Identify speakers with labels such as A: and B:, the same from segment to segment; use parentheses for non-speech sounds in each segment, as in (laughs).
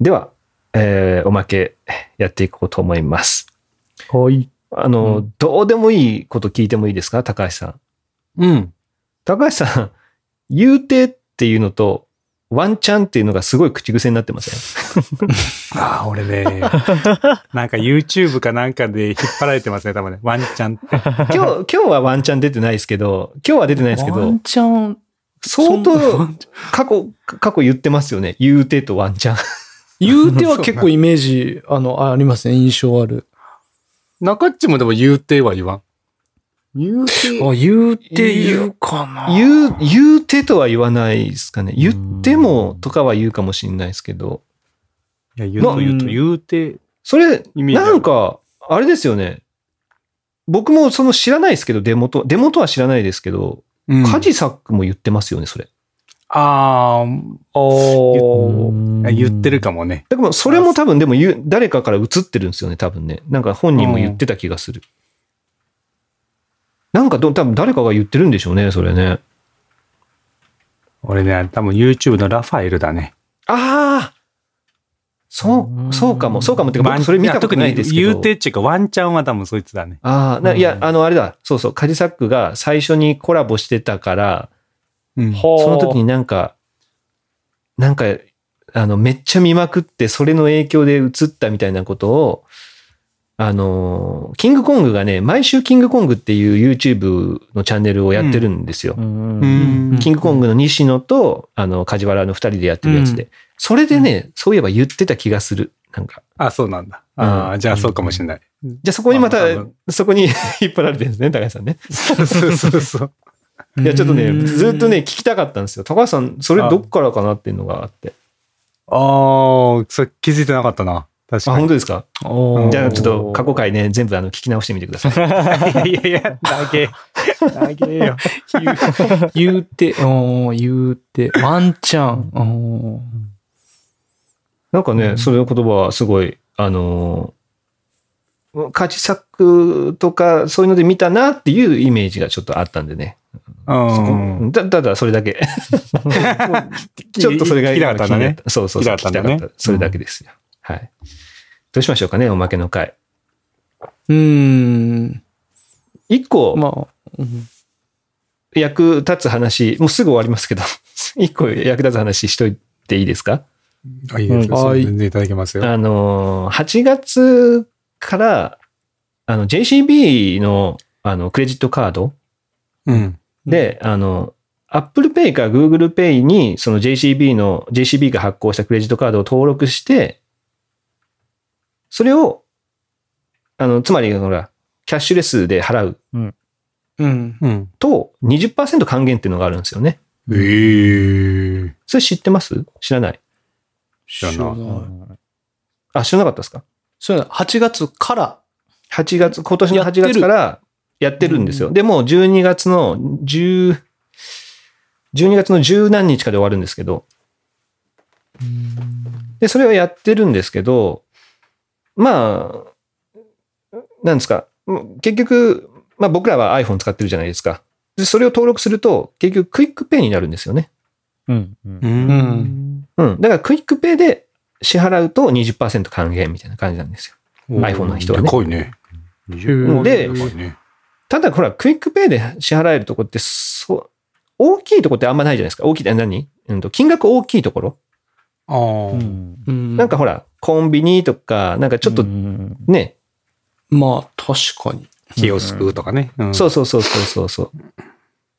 A: では、えーおまけやっていこうと思います。
B: はい。
A: あの、
B: う
A: どうでもいいこと聞いてもいいですか高橋さん。
B: うん。
A: 高橋さん、言うてっていうのと、ワンチャンっていうのがすごい口癖になってません
B: (laughs) ああ、俺ね、
A: (laughs)
B: なんか YouTube かなんかで引っ張られてますね、多分ね。ワンチャンって。
A: 今日、今日はワンチャン出てないですけど、今日は出てないですけ
B: ワ
A: ど
B: ン、チャン、
A: 相
B: そん
A: 当
B: な
A: 過去、過去言ってますよね。言うてとワンチャン。
C: 言うては結構イメー (laughs) ジ、あの、ありますね。印象ある。
B: 中っちもでも言うては言わん。言うて。
C: あ、言うて
A: 言
C: 言
A: う
C: うかな。
A: 言う、言うてとは言わないですかね。言ってもとかは言うかもしれないですけど、
B: いや、言うと言うと、
C: うん
B: 言うて。
A: それ、
B: 意味が
A: なんか、あれですよね。僕もその知らないですけど、デモと、デモとは知らないですけど、
B: うん
A: カジサックも言ってますよね、それ。
B: あ
A: ああ。
B: あ、言ってるかもね。
A: でも、それも多分、でも言う、誰かから映ってるんですよね、多分ね。なんか本人も言ってた気がする。なんかど、多分誰かが言ってるんでしょうね、それね。
B: 俺ね、多分 YouTube のラファエルだね。
A: ああそう、そうかも、そうかもっていうか、
B: ワン
A: 僕それ見たことないですけ
B: や
A: ど。
B: 特に言うてっていうか、ワンチャンは多分そいつだね。
A: ああ、ないうや、
C: ん
A: あの、あれだ、そうそう、カジサックが最初にコラボしてたから、
B: うん
A: その時になんか、なんか、あの、めっちゃ見まくって、それの影響で映ったみたいなことを、あのー、キングコングがね、毎週キングコングっていう YouTube のチャンネルをやってるんですよ。
B: うん
A: キングコングの西野と、あの、梶原の二人でやってるやつで。それでね、そういえば言ってた気がする。なんか。
B: あ、そうなんだ。
A: う
B: ああ、じゃあそうかもしれない。
A: じゃあそこにまた
B: まあ多分、
A: そこに (laughs) 引っ張られてるんですね、高橋さんね。
B: そうそうそう。
A: いや、ちょっとね、
C: うん
A: ずっとね、聞きたかったんですよ。高橋さん、それ
B: あ
A: どっからかなっていうのがあって。
B: ああ、それ気づいてなかったな。確
A: あ、
B: か
A: 本
B: に。
A: 当ですか
B: うん
A: じゃあ、ちょっと過去回ね、全部あの聞き直してみてください。
B: (laughs) いやいやいや、投げ、投げよ。
C: (laughs) 言うて、おー言うて、ワンチャン。おー
A: なんかね、それの言葉はすごい、あのー、価値作とか、そういうので見たなっていうイメージがちょっとあったんでね。
B: う
A: そこ
B: ん。
A: たただ、それだけ。ちょっとそれが
B: 聞きたかったんだね。。
A: そうそうそう、聞
B: 聞
A: き
B: き
A: た
B: た
A: か
B: か
A: っ
B: ったた。
A: それだけですよ。はい。どうしましょうかね、おまけの回。
C: うーん。
A: 一個、
C: まあ、うん
A: 役立つ話、もうすぐ終わりますけど、 (laughs) 一個役立つ話しといていいですか
B: あ、いいですよ。
C: うん
B: そう全然いただけますよ。
A: あのー、8月から、あの、JCB の、あの、クレジットカード
B: うん。
A: で、あの、Apple Pay か Google Pay に、その JCB の、JCB が発行したクレジットカードを登録して、それを、あの、つまり、ほら、キャッシュレスで払う
C: うん。
B: うん。
A: と20%還元っていうのがあるんですよね。
B: ええ。
A: それ知ってます知らない。
C: 知
B: らない
A: あ、知らなかったですか
C: そういうの、8月から、
A: 8月、今年の8月からやってるんですよ。で、もう12月の10、12月の十何日かで終わるんですけど、で、それはやってるんですけど、まあ、なんですか、結局、まあ僕らは iPhone 使ってるじゃないですか。で、それを登録すると、結局クイックペイになるんですよね。
B: う
C: うんん。
A: うん。だからクイックペイで支払うと20%還元みたいな感じなんですよ。iPhone の人はね
B: でかいね。
C: ん
A: で
B: かいね、
A: ただほら、クイックペイで支払えるとこって、そう、大きいとこってあんまないじゃないですか。大きいって何うんと、金額大きいところ、
B: ああ、
C: うん
A: なんか、ほら、コンビニとか、なんかちょっとね、
C: まあ、確かに。
B: 気を救うとかね。うん
A: そうそうそうそうそうそう。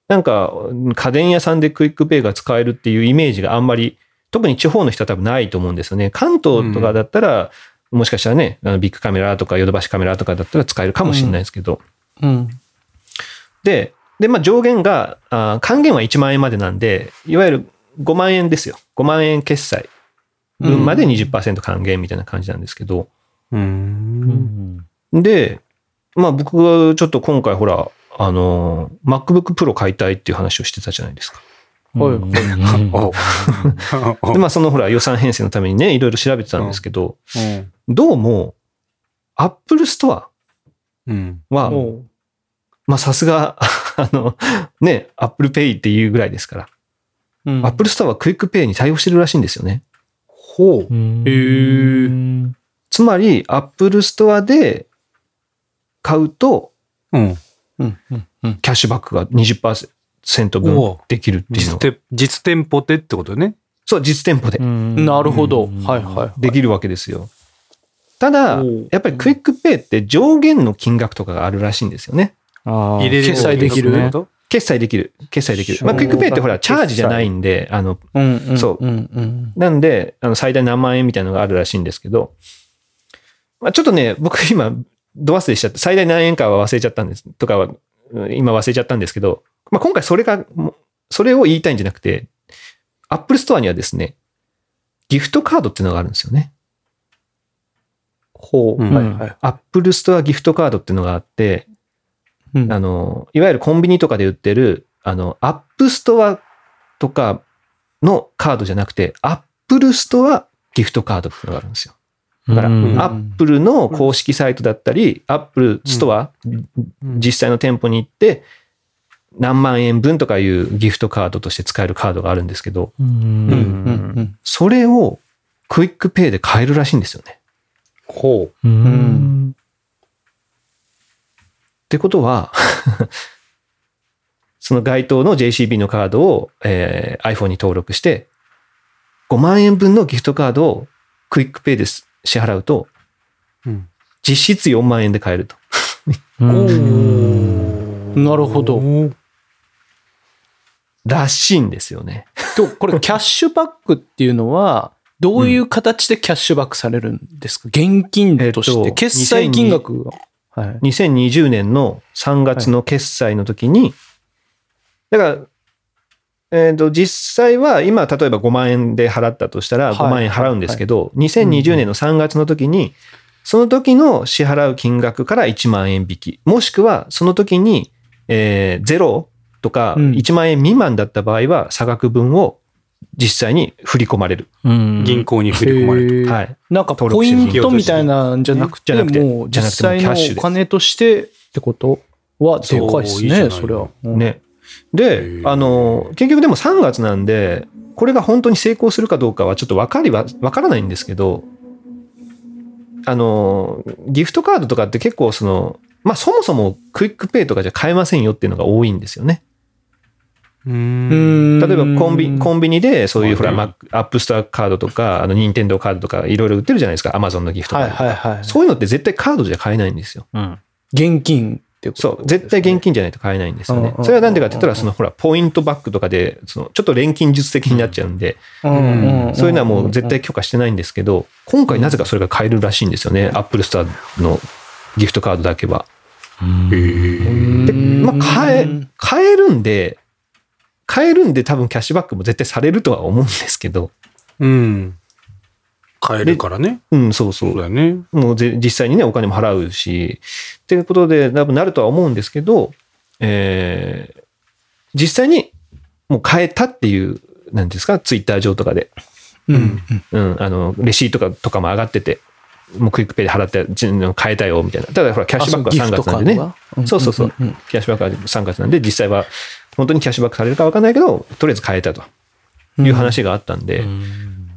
A: なんか、家電屋さんでクイックペイが使えるっていうイメージがあんまり、特に地方の人は多分ないと思うんですよね。関東とかだったら、もしかしたらね、あのビッグカメラとかヨドバシカメラとかだったら使えるかもしれないですけど。
C: うん。
A: で、で、まあ、上限が、あー還元は1万円までなんで、いわゆる5万円ですよ。5万円決済分まで20%還元みたいな感じなんですけど、
B: うーん。
A: で、まあ、僕がちょっと今回、ほら、あのー、MacBook Pro 買いたいっていう話をしてたじゃないですか。
B: お
A: で、
B: (laughs)
A: まあ、そのほら、予算編成のためにね、いろいろ調べてたんですけど、
B: うん
A: どうも、Apple Store
B: うん。
A: は、
C: おう
A: まあ、さすが、あの、ね、Apple Pay っていうぐらいですから、
C: うん
A: Apple Store はクイックペイに対応してるらしいんですよね。
B: ほう。
A: へ
C: ー。
A: つまり、アップルストアで買うと、
B: うん。
A: キャッシュバックが20%分
B: おう
A: できるっていうの
B: 実
A: が。
B: 店実店舗でってことね。
A: そう、実店舗で
C: なるほど。
B: うん
C: はいは
A: できるわけですよ。ただ
C: おう、
A: やっぱりクイックペイって上限の金額とかがあるらしいんですよね。
C: い。
B: 入れれ
A: 決済でき
C: るね
B: と
A: 決済できる。決済できる。まあ、
C: そう
A: クイックペイってほら、チ
C: 決済
A: ャージじゃないんで、あの、
C: うんうん。
A: そうん
C: うん。
A: なんで、あの最大何万円みたいなのがあるらしいんですけど、まあ、ちょっとね、僕今、ド忘れしちゃって、最大何円かは忘れちゃったんです、とかは、うん今忘れちゃったんですけど、まあ、今回それが、もうそれを言いたいんじゃなくて、アップルストアにはですね、ギフトカードっていうのがあるんですよね。
C: ほう。
B: うん
C: はいはい。
A: アップルストアギフトカードっていうのがあって、
C: うん
A: あの、いわゆるコンビニとかで売ってる、あの、アップストアとかのカードじゃなくて、アップルストアギフトカードっていうのがあるんですよ。だから、ア
B: ん
A: ップルの公式サイトだったり、アップルストア、実際の店舗に行って、何万円分とかいうギフトカードとして使えるカードがあるんですけど、
C: う。
B: うんん。
A: それをクイックペイで買えるらしいんですよね。。
B: ほ
C: うん
A: ってことは、 (laughs) その該当の JCB のカードを、えー iPhone に登録して、5万円分のギフトカードをクイックペイです支払うと、
B: う。うん。
A: 実質4万円で買えると。
C: なるほど。
A: らしいんですよね。
C: と、これ、キャッシュバックっていうのは、どういう形でキャッシュバックされるんですか現金とし
A: え
C: て、
A: っと
C: 決済金額が。はい。
A: 2020年の3月の決済の時に、だから、えっ、と、実際は今、例えば5万円で払ったとしたら
C: はい
A: 5万円払うんですけど、2020年の3月の時に、その時の支払う金額から1万円引き、もしくはその時に、えー、0とか
C: うん
A: 1万円未満だった場合は、差額分を実際に振り込まれる。
B: 銀行に振り込まれる。
C: へー
A: はい。
C: なんかポイントみたいなんじゃなくて、
A: 登録して
C: もう
A: じゃ
C: 実
A: なくて
C: 際のお金としてってことはでかいです
B: そういいじゃな
C: ね、
B: い
C: それは。うん
A: ね。
B: へ
A: で、
B: ー
A: あの、結局でも3月なんで、これが本当に成功するかどうかはちょっとわかりは、わからないんですけど、あの、ギフトカードとかって結構その、まあそもそもクイックペイとかじゃ買えませんよっていうのが多いんですよね。
B: う。
C: うんん
A: 例えばコンビコンビニでそういうほら、
B: うん
A: マックアップストアカードとか、あの、ニンテンドーカードとかいろいろ売ってるじゃないですか、アマゾンのギフトカー
C: は
A: ド
C: い
A: とか。
C: はいはい。
A: そういうのって絶対カードじゃ買えないんですよ。
C: 現金ってこと
A: そう、絶対現金じゃないと買えないんですよ
C: うんうん
A: ね
C: うん。うん
A: それはなんでかって言ったら、そのほら、ポイントバックとかで、そのちょっと錬金術的になっちゃうんで、
C: 金。うんん
A: そういうのはもう絶対許可してないんですけど、今回なぜかそれが買えるらしいんですよね、アップルストアのギフトカードだけは。で、まあ、買え
C: うん、
A: 買えるんで、買えるんで多分キャッシュバックも絶対されるとは思うんですけど、
B: うん。買えるからね。
A: うん、そうそ
B: そう
A: う。
B: だね。
A: もうぜ実際にね、お金も払うし、っていうことで、多分なるとは思うんですけど、えー実際にもう買えたっていう、なんていうんですか、ツイッター上とかで。
C: うん
A: うん、あの、レシートとかとかも上がってて、もうクイックペイで払って、ち変えたよ、みたいな。ただほら、キャッシュバックは3月なんでね。。そうそうそう。キャッシュバックは3月なんで、実際は、本当にキャッシュバックされるか分かんないけど、とりあえず変えたという話があったんで、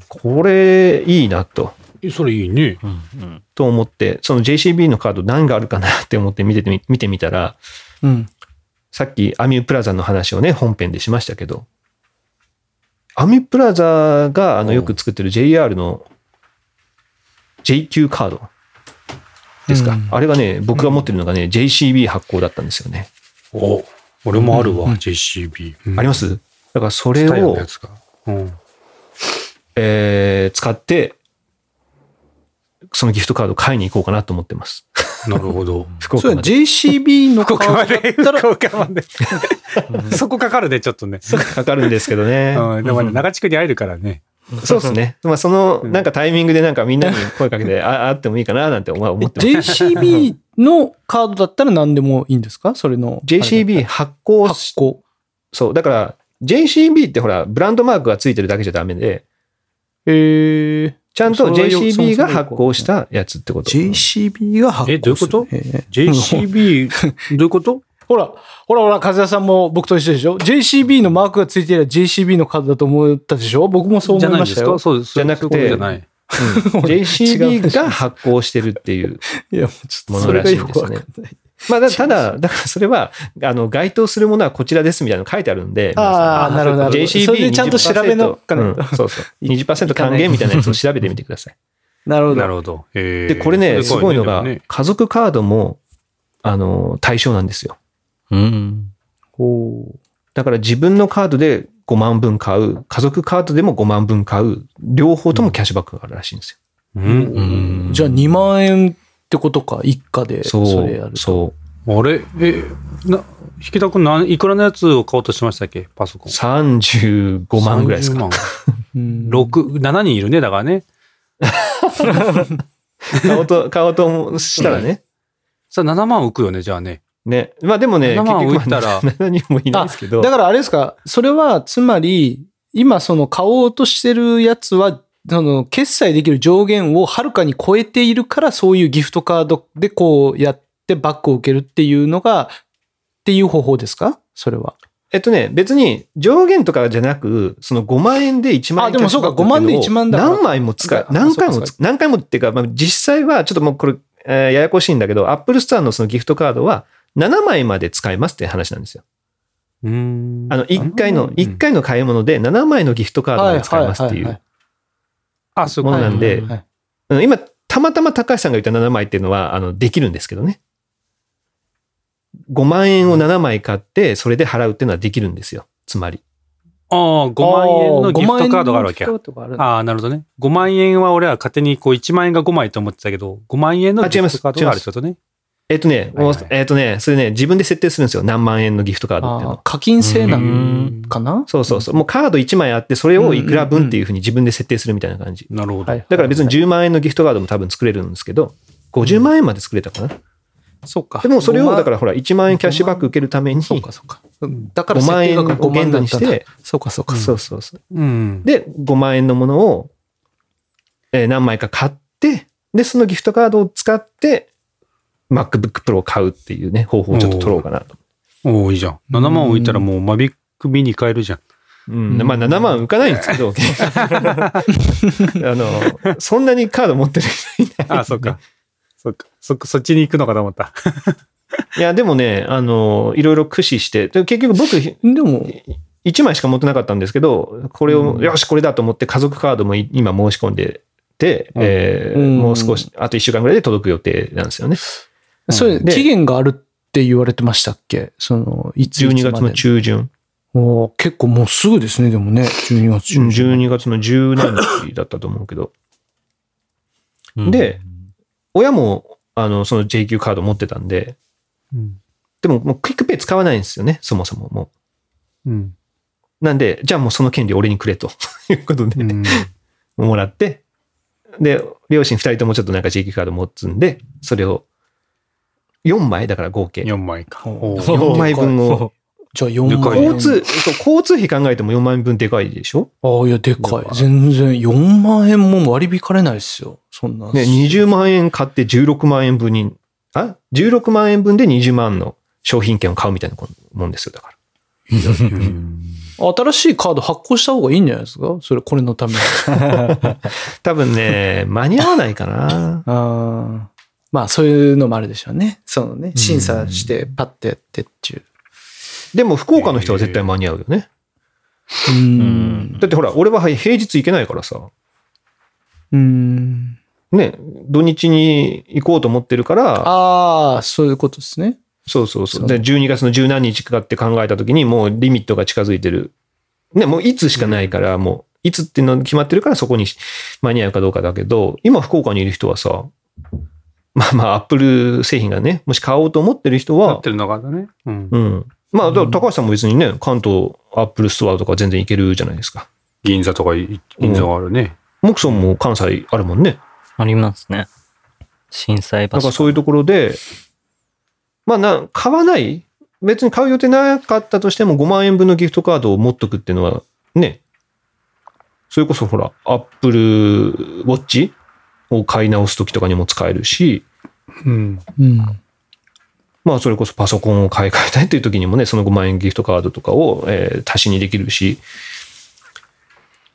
A: これ、いいなと、
B: えそれいいね。
A: と思って、その JCB のカード何があるかなって思って見ててみ (laughs) 見てみたら、
C: うん。
A: さっきアミュプラザの話をね、本編でしましたけど、アミュプラザがあのよく作ってる JR の JQ カードですか、
C: うん
A: あれがね、僕が持ってるのがね、JCB 発行だったんですよね。
B: お俺もあるわ、
C: うん
B: JCB。
A: ありますすだからそ
B: こ
A: れを、
B: やつが。うん。
A: えー使って、そのギフトカード買いに行こうかなと思ってます。
B: なるほど。
A: 福岡
C: それ
A: ま
C: は
A: で。(laughs)
C: JCB のカードだったら、
B: ここまで。 (laughs) そこかかるね、ちょっとね。
A: かかるんですけど
C: (laughs)
A: ね。
B: うん、でもね、中地区に会えるからね。
A: そうです (laughs) ね。まあ、その、
B: うん
A: なんかタイミングでなんかみんなに声かけ (laughs) て、あ、あってもいいかななんてまあ思 (laughs) ってます。
C: JCB のカードだったら何でもいいんですかそれの。
A: JCB 発行
C: 発
A: し
C: 行。
A: そう。だから、JCB ってほら、ブランドマークがついてるだけじゃダメで、
C: えー。
A: ちゃん
C: そ
A: と
C: れはよ
A: JCB が
C: そもそもよく
A: 発行したやつってこと。
C: JCB が
B: え
C: 発行する。
B: どういうこと
C: えー
B: JCB、どういうこと
C: ほら、ほらほら、和也さんも僕と一緒でしょ ?JCB のマークがついていれば JCB の数だと思ったでしょ僕もそう
B: じ
C: 思
B: ゃ
C: い
B: ないん
C: ま
B: で
C: し
B: す
C: た
B: か
C: よ。
B: そうです。
A: じゃなくて
B: そういうことじゃない。
A: JCB が発行してるって (laughs) いう。
C: いや、もうちょっと
A: も
C: そ
A: の
C: れ
A: ら
C: が
A: しいですね
C: よくわかんない。
A: まあ、だただ、だからそれは、あの、該当するものはこちらですみたいなの書いてあるんで、皆さん
C: ああ、なるほど、なるほど。
A: JCB
C: それでちゃんと調べのかないと
A: うんそう (laughs) そう。20%還元みたいなやつを調べてみてください。
C: なるほ
B: な
C: ど。
B: るほど。で
A: で、これね、すごいのが、
B: ね、
A: 家族カードも、あの、対象なんですよ。
B: うん。
C: ほう
A: だから自分のカードで5万分買う、家族カードでも5万分買う、両方ともキャッシュバックがあるらしいんですよ。
B: うん。
C: うんじゃあ2万円ってことか、一家でそ
A: そう、
C: れやる。
A: そ
B: あれえ、な、引田君なん、いくらのやつを買おうとしましたっけパソコ
A: う。
B: ン。
A: 35万ぐらいです
B: 30
A: か。
B: 万。
C: うん
B: 6、7人いるね、だからね。
A: 買おうと、買おうとしたらね。
B: さあ、7万浮くよね、じゃあね。
A: ね。まあでもね、
B: 7
A: 結
B: 万
A: 局
B: 浮いたら
A: 7人もいないですけど
C: だ。からあれですか、それはつまり、今その買おうとしてるやつは、その決済できる上限をはるかに超えているから、そういうギフトカードでこうやってバックを受けるっていうのが、っていう方法ですかそれは。
A: えっとね、別に上限とかじゃなく、その5万円で1万円
C: あでもそうか5万で1万だから
A: 何枚も使う
C: あ。
A: 何回
C: そう
A: も
C: かそ
A: 使う、何回もっていうか、まあ、実際はちょっともうこれ、えーややこしいんだけど、Apple Store のそのギフトカードは7枚まで使えますって話なんですよ。
B: うん
A: あの、1回の、一回の買い物で7枚のギフトカードまで使えますってい
C: は
A: う
C: い
B: あ、そういう
A: も
B: こ
A: の
B: と
A: なん
C: はい
A: で
C: はい、はい
A: うん今、たまたま高橋さんが言った7枚っていうのは、あの、できるんですけどね。5万円を7枚買って、それで払うっていうのはできるんですよ。つまり。
B: ああ、5万円のギフトカードがあるわけ
C: あ
B: や
C: ー。5万円のギフトカードがある
B: ああ、なるほどね。5万円は俺は勝手にこう1万円が5枚と思ってたけど、5万円の
A: あ
B: ギ
A: 違いま
B: フ
A: す
B: トカードがあるってことね。
A: えっとね、
B: はいはい
A: もうえっとね、それね、自分で設定するんですよ。何万円のギフトカードっていうの
C: あー
A: を。
C: 課金制なんかな
A: そうそうそう。もうカード1枚あって、それをいくら分っていうふうに自分で設定するみたいな感じ。
B: なるほど。
C: はい
A: だから別に
C: はい
A: 10万円のギフトカードも多分作れるんですけど、50万円まで作れたかな。
C: そうか。、
A: でもそれを、だかららほら、1万円キャッシュバック受けるために、
C: そう
A: そ
C: かそうか。だから設定額が5
A: 5
C: 万円
A: 万円
C: だ
A: の
C: っ
A: 限
C: た
A: 度
C: んだ
A: にして
C: そうかそうか。
A: うそうそう。
B: うん。
A: で、5万円のものを、えー何枚か買って、で、そのギフトカードを使って、MacBook Pro を買うっていうね、方法をちょっと取ろうかなと。
B: おおいいじゃん。7万置いたらもうマビックミニ買えるじゃん。
A: うん、まあ7万浮かないんですけど、あの、そんなにカード持ってる人いない。 (laughs)
B: ああ、そっか。そっか。そっか、そっちに行くのかと思った。
A: いや、でもね、あの、いろいろ駆使して、で結局僕、
C: でも、
A: 1枚しか持ってなかったんですけど、これを、
C: うん
A: よし、これだと思って家族カードもい今申し込んでて、
B: うん
A: えー
C: うん
A: もう少し、あと1週間ぐらいで届く予定なんですよね。
C: それ、
A: うんで
C: 期限があるって言われてましたっけその、いつい
A: 12
C: つまで
A: 月の中旬。
C: おー結構もうすぐですね、でもね、12月中旬。
A: 12月の10何日だったと思うけど、で、親も、あの、その JQ カード持ってたんで、
B: うん。
A: でももうクイックペイ使わないんですよね、そもそももう。
B: うん。
A: なんで、じゃあもうその権利俺にくれと (laughs) いうことで、 (laughs)
B: うん
A: もらって、で、両親2人ともちょっとなんか JQ カード持つんで、それを4枚、だから合計。
B: 4枚か。お
C: お
B: ー
A: 4枚分
C: (laughs)
A: を。
C: じゃあ4
B: で
C: 万
B: かい
C: 円。
A: 交通、そう交通費考えても4万円分でかいでしょ
C: ああ、いや、でかい。全然、4万円も割り引かれないですよ。そんな。
A: ね、20万円買って16万円分に、あ ?16 万円分で20万の商品券を買うみたいなもんですよ、だから。
C: 新しいカード発行した方がいいんじゃないですかそれ、これのた (laughs) めに。
A: 多分
C: (laughs)
A: ね、間に合わないかな。
C: あーまあ、そういうのもあるでしょうね。そのね、審査して、パッてやってっていう。
A: でも福岡の人は絶対間に合うよね。
C: うーん。
A: だってほら、俺ははい平日行けないからさ、
C: うーん。
A: ね、土日に行こうと思ってるから、
C: ああ、そういうことですね。
A: そうそうそ
C: そう
A: う。で、12月の十何日かって考えたときに、もうリミットが近づいてる。ね、もういつしかないから、もう、いつっていうのが決まってるから、そこに間に合うかどうかだけど、今、福岡にいる人はさ、まあまあ、アップル製品がね、もし買おうと思ってる人
B: 合
A: は
B: って、るのがね。うん。
A: うん。まあ、だから高橋さんも別にね、関東アップルストアとか全然行けるじゃないですか。
B: 銀座とかい、銀座があるね。
A: モクソンも関西あるもんね。
D: ありますね。震災
A: だ
D: 場
A: か
D: 所。
A: らそういうところで、まあな、買わない別に買う予定なかったとしても5万円分のギフトカードを持っとくっていうのは、ね。それこそほら、アップルウォッチを買い直すときとかにも使えるし、
B: うん。
C: うん。
A: まあ、それこそパソコンを買い替えたいという時にもね、その5万円ギフトカードとかを、えー足しにできるし、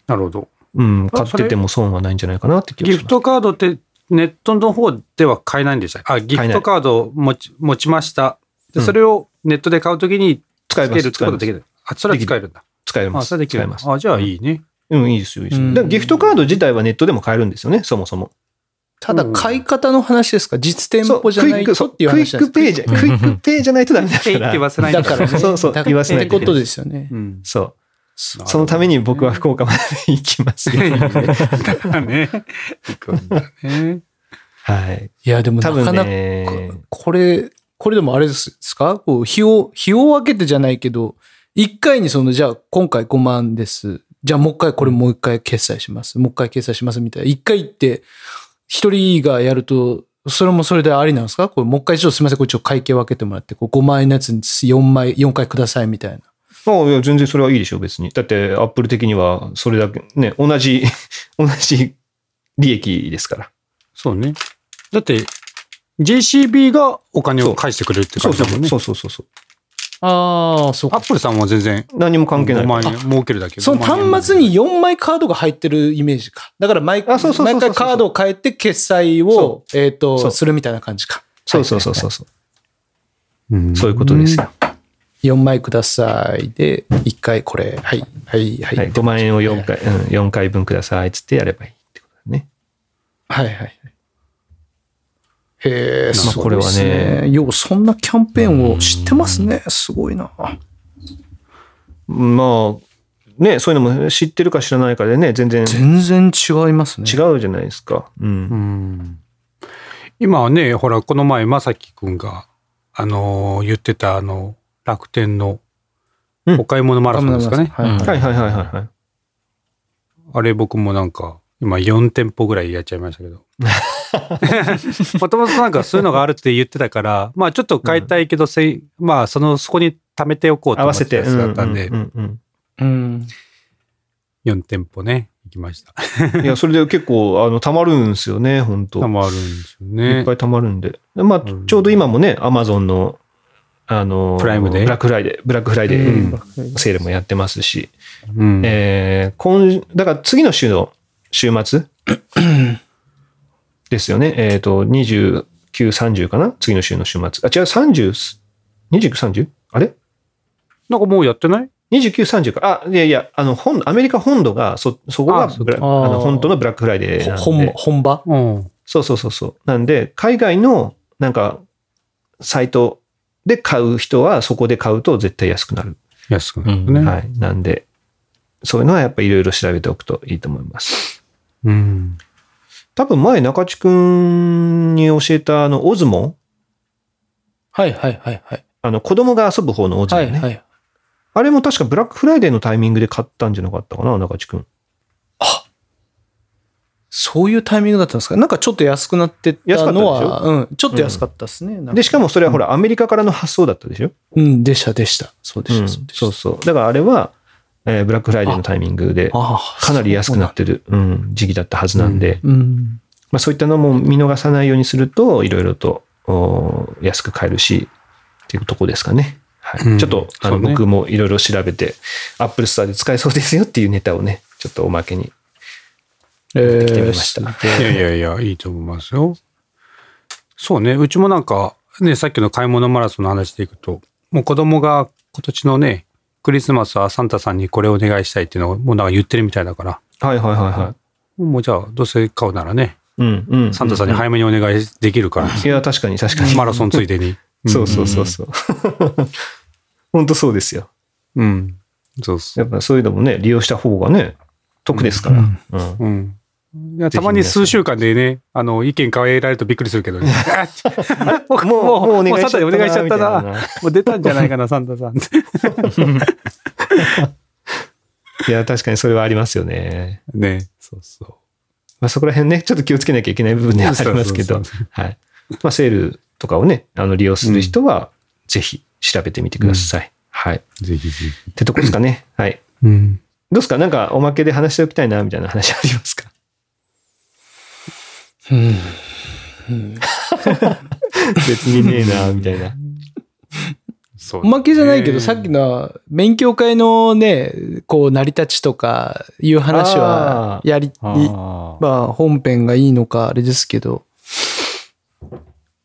B: なるほど。
A: うん、買
B: あ
A: ってても損はないんじゃないかなって気がし
B: ギ
A: ます。
B: フトカードってネットの方では買えないんでしたっけあ、ギフトカードを持ち持ちました。で、
A: うん
B: それをネットで買うときに
A: 使え
B: つ
A: ま
B: ける
A: す。
B: ってことはできる。あ、それは使えるんだ。
A: 使えま
B: あ、
A: す。
B: それはでき
A: 使
B: る
A: え
B: んだ
A: ます。
B: あ、じゃあいいね。
A: うん、いいですよ、いいですよ。
C: うん
A: だからギフトカード自体はネットでも買えるんですよね、そもそも。
C: ただ、買い方の話ですか実店
A: そう
C: 舗じゃないと
A: そう
C: っていう話なんです
A: クイックペイじゃ、クイックペイじゃないとダメだ
B: ペ
A: か
B: イって
A: ら。
B: 言わせないん (laughs)
C: だからね。
A: そうそう
C: だから
A: 言わせない
C: っ
A: と
C: てことですよね。
B: うん。
A: そう。
B: そ
A: そのために僕は福岡まで行きますよ。 (laughs)
B: だからね。行くんだね。
A: はい。
C: いや、でもな
A: 多
C: か
A: 分
C: なか、
A: ね、
C: これ、これでもあれですかこう、日を、日を分けてじゃないけど、一回にその、じゃあ今回5万です。じゃあもう一回これもう一回決済します。もう一回決済しますみたいな。一回って、一人がやると、それもそれでありなんですかこれもう一回ちょっとすみません、これちょっと会計分けてもらって、こう5万円のやつに4枚、4回くださいみたいな。
A: もういや全然それはいいでしょ、別に。だって、アップル的には、それだけ、ね、同じ、 (laughs) 同じ利益ですから。
B: そうね。だって、JCB がお金を返してくれるって
A: そ
B: 感
A: う
B: じ
A: そ
B: だ
A: う
B: もんね
A: そ。うそうそうそう。
C: ああ、そう
B: アップルさんは全然
A: 何も関係ない。
B: 5万円儲けるだけ。
C: その端末に4枚カードが入ってるイメージか。だから毎
A: あそうそうそうそう
C: 毎回カードを変えて決済を
A: そ、
C: えっ
A: そ
C: と、
A: う
C: するみたいな感じか。
A: そうそうそうそう。そう
B: に
A: そういうことですよ。
C: 4枚ください。で、1回これ。はい、はい、はい。
A: はい、5万円を4回、うん、四回分ください、つってやればいいってことだね。
C: はい、はい。へえ、
A: まあ
C: すごいです
A: これは
C: ね。よう、そんなキャンペーンを知ってますね。すごいな。
A: まあ、ね、そういうのも知ってるか知らないかでね、全然違
C: 全然違いますね。
A: うじゃないですか。う。
B: うんん今はね、ほら、この前、まさきくんが、あのー言ってた、あの、楽天の
A: うん
B: お買い物マラソンですかね。
C: はい、はい。
A: はいはいはいはいはい。
B: あれ、僕もなんか、今4店舗ぐらいやっちゃいました
A: (laughs)
B: けど。もともとなんかそういうのがあるって言ってたから、まあちょっと買いたいけど、せいまあその、そこに貯めておこうと
A: 合
B: 思っ
A: わせ
B: てた
A: て。
B: や
A: うんうん
B: つだったんで
A: う、んうん
C: うん。
B: 4店舗ね、行きました。
A: いや、それで結構、あの、溜まるんですよね、本当
B: もあるんですよ
A: いっ
B: ね
A: ぱ。い溜まるんで。でまあ、
B: うん
A: ちょうど今もね、アマゾンの、あの、
B: プライムデー
A: ブラックフライデー、ブラックフライデー
C: うん
A: セールもやってますし、
B: うん
A: えー今、だから次の週の週末
B: (clears throat)
A: ですよね。えっ、と、29、30かな次の週の週末。あ、違う、30す、29、30? あれ
B: なんかもうやってない
A: 29、30か。あ、いやいや、あの、本、アメリカ本土が、そ、そこ
B: あ
A: が
B: そっ
A: ブラあ
C: あー
A: の、本当のブラックフライデーなんで。
C: ほ本本場
B: うん。
A: そうそうそうそう。なんで、海外のなんか、サイトで買う人は、そこで買うと絶対安くなる。
B: 安くなる
D: う
B: ね。
A: はい。なんで、そういうのはやっぱいろいろ調べておくといいと思います。
B: うん。
A: 多分前、中地くんに教えた、あの、オズモ
C: はい、はい、はい、はい。
A: あの、子供が遊ぶ方のオズモ
C: は
A: ね。
C: い、はい。
A: あれも確かブラックフライデーのタイミングで買ったんじゃなかったかな、中地くん。
C: そういうタイミングだったんですかなんかちょっと安くなってたの
A: 安かっ
C: は、うん、ちょっと安かったですね。なんか
A: で、しかもそれはほら、アメリカからの発送だったでしょ
C: うん、でした、でした。そうで
A: う
C: した、
A: ん
C: そうでした。
A: そうそう。だからあれは、えーブラックフライデーのタイミングで、
C: ああ
A: かなり安くなってる、うん、時期だったはずなんで、
C: そうなんだうん。
A: まあ、そういったのも見逃さないようにすると、いろいろとお安く買えるし、っていうとこですかね。はい
B: うん
A: ちょっとあ
B: そ
A: の、
B: うね
A: 僕もいろいろ調べて、アップルストアで使えそうですよっていうネタをね、ちょっとおまけに
C: え
A: 持ってきてみま
C: ー、
A: した。
B: いやいやいや、いいと思いますよ。そうね、うちもなんか、ね、さっきの買い物マラソンの話でいくと、もう子供が今年のね、クリスマスはサンタさんにこれお願いしたいっていうのをもうなんか言ってるみたいだから、
A: はいはいはいは
B: もうじゃあどうせ買うならね、
A: い。うんうん。
B: サンタさんに早めにお願いできるから、
A: いや、確かに確かに。
B: マラソンついでに。
A: そうそうそうそう。 (laughs) 本当そうですよ。
B: (laughs) うん。そうそ
A: や
B: う。
A: っぱそういうのもね、利用した方がね、得ですから。
C: うん
A: うん
B: うん。いやたまに数週間でね、あの、意見変えられるとびっくりするけどね。 (laughs) もう、
A: もう、もうお願い
B: サン
A: しち
B: タに
A: ゃ
B: お
A: ったな
B: 願いしちゃった
A: み
B: な。(laughs) も
A: たいう
B: 出たんじゃないかな、サンタさん。
A: いや、確かにそれはありますよね。
B: (laughs) ね。そうそう。
A: まあ、そこら辺ね、ちょっと気をつけなきゃいけない部分ではありますけ
B: そ
A: ど
B: うそう、
A: はい。まあ、セールとかをね、あの利用する人は、ぜひ調べてみてください。はい。
B: ぜひぜひ。
A: ってとこですかね。はい。
B: うん。
A: どうですかなんか、おまけで話しておきたいな、みたいな話あります (laughs) か
C: うん。
A: 別にねえな、みたいな。
B: そう
C: おまけじゃないけど、さっきの勉強会のね、こう、成り立ちとかいう話は
A: あ、
C: やり、
D: あ
C: まあ、本編がいいのか、あれですけど、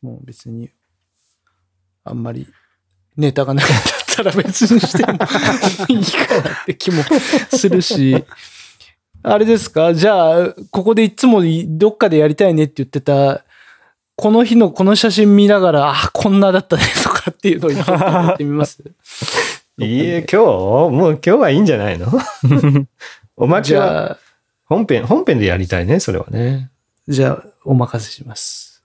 C: もう別に、あんまり、ネタがなかったら別にしてもいいかなって気もするし、あれですかじゃあ、ここでいつもどっかでやりたいねって言ってた、この日のこの写真見ながら、あ、こんなだったねとかっていうのを一回やってみます
A: いいえ、今日もう今日はいいんじゃないの (laughs) おまけ
C: じ
A: は
C: ゃあ、
A: 本編、本編でやりたいね、それはね。
C: じゃあ、お任せします。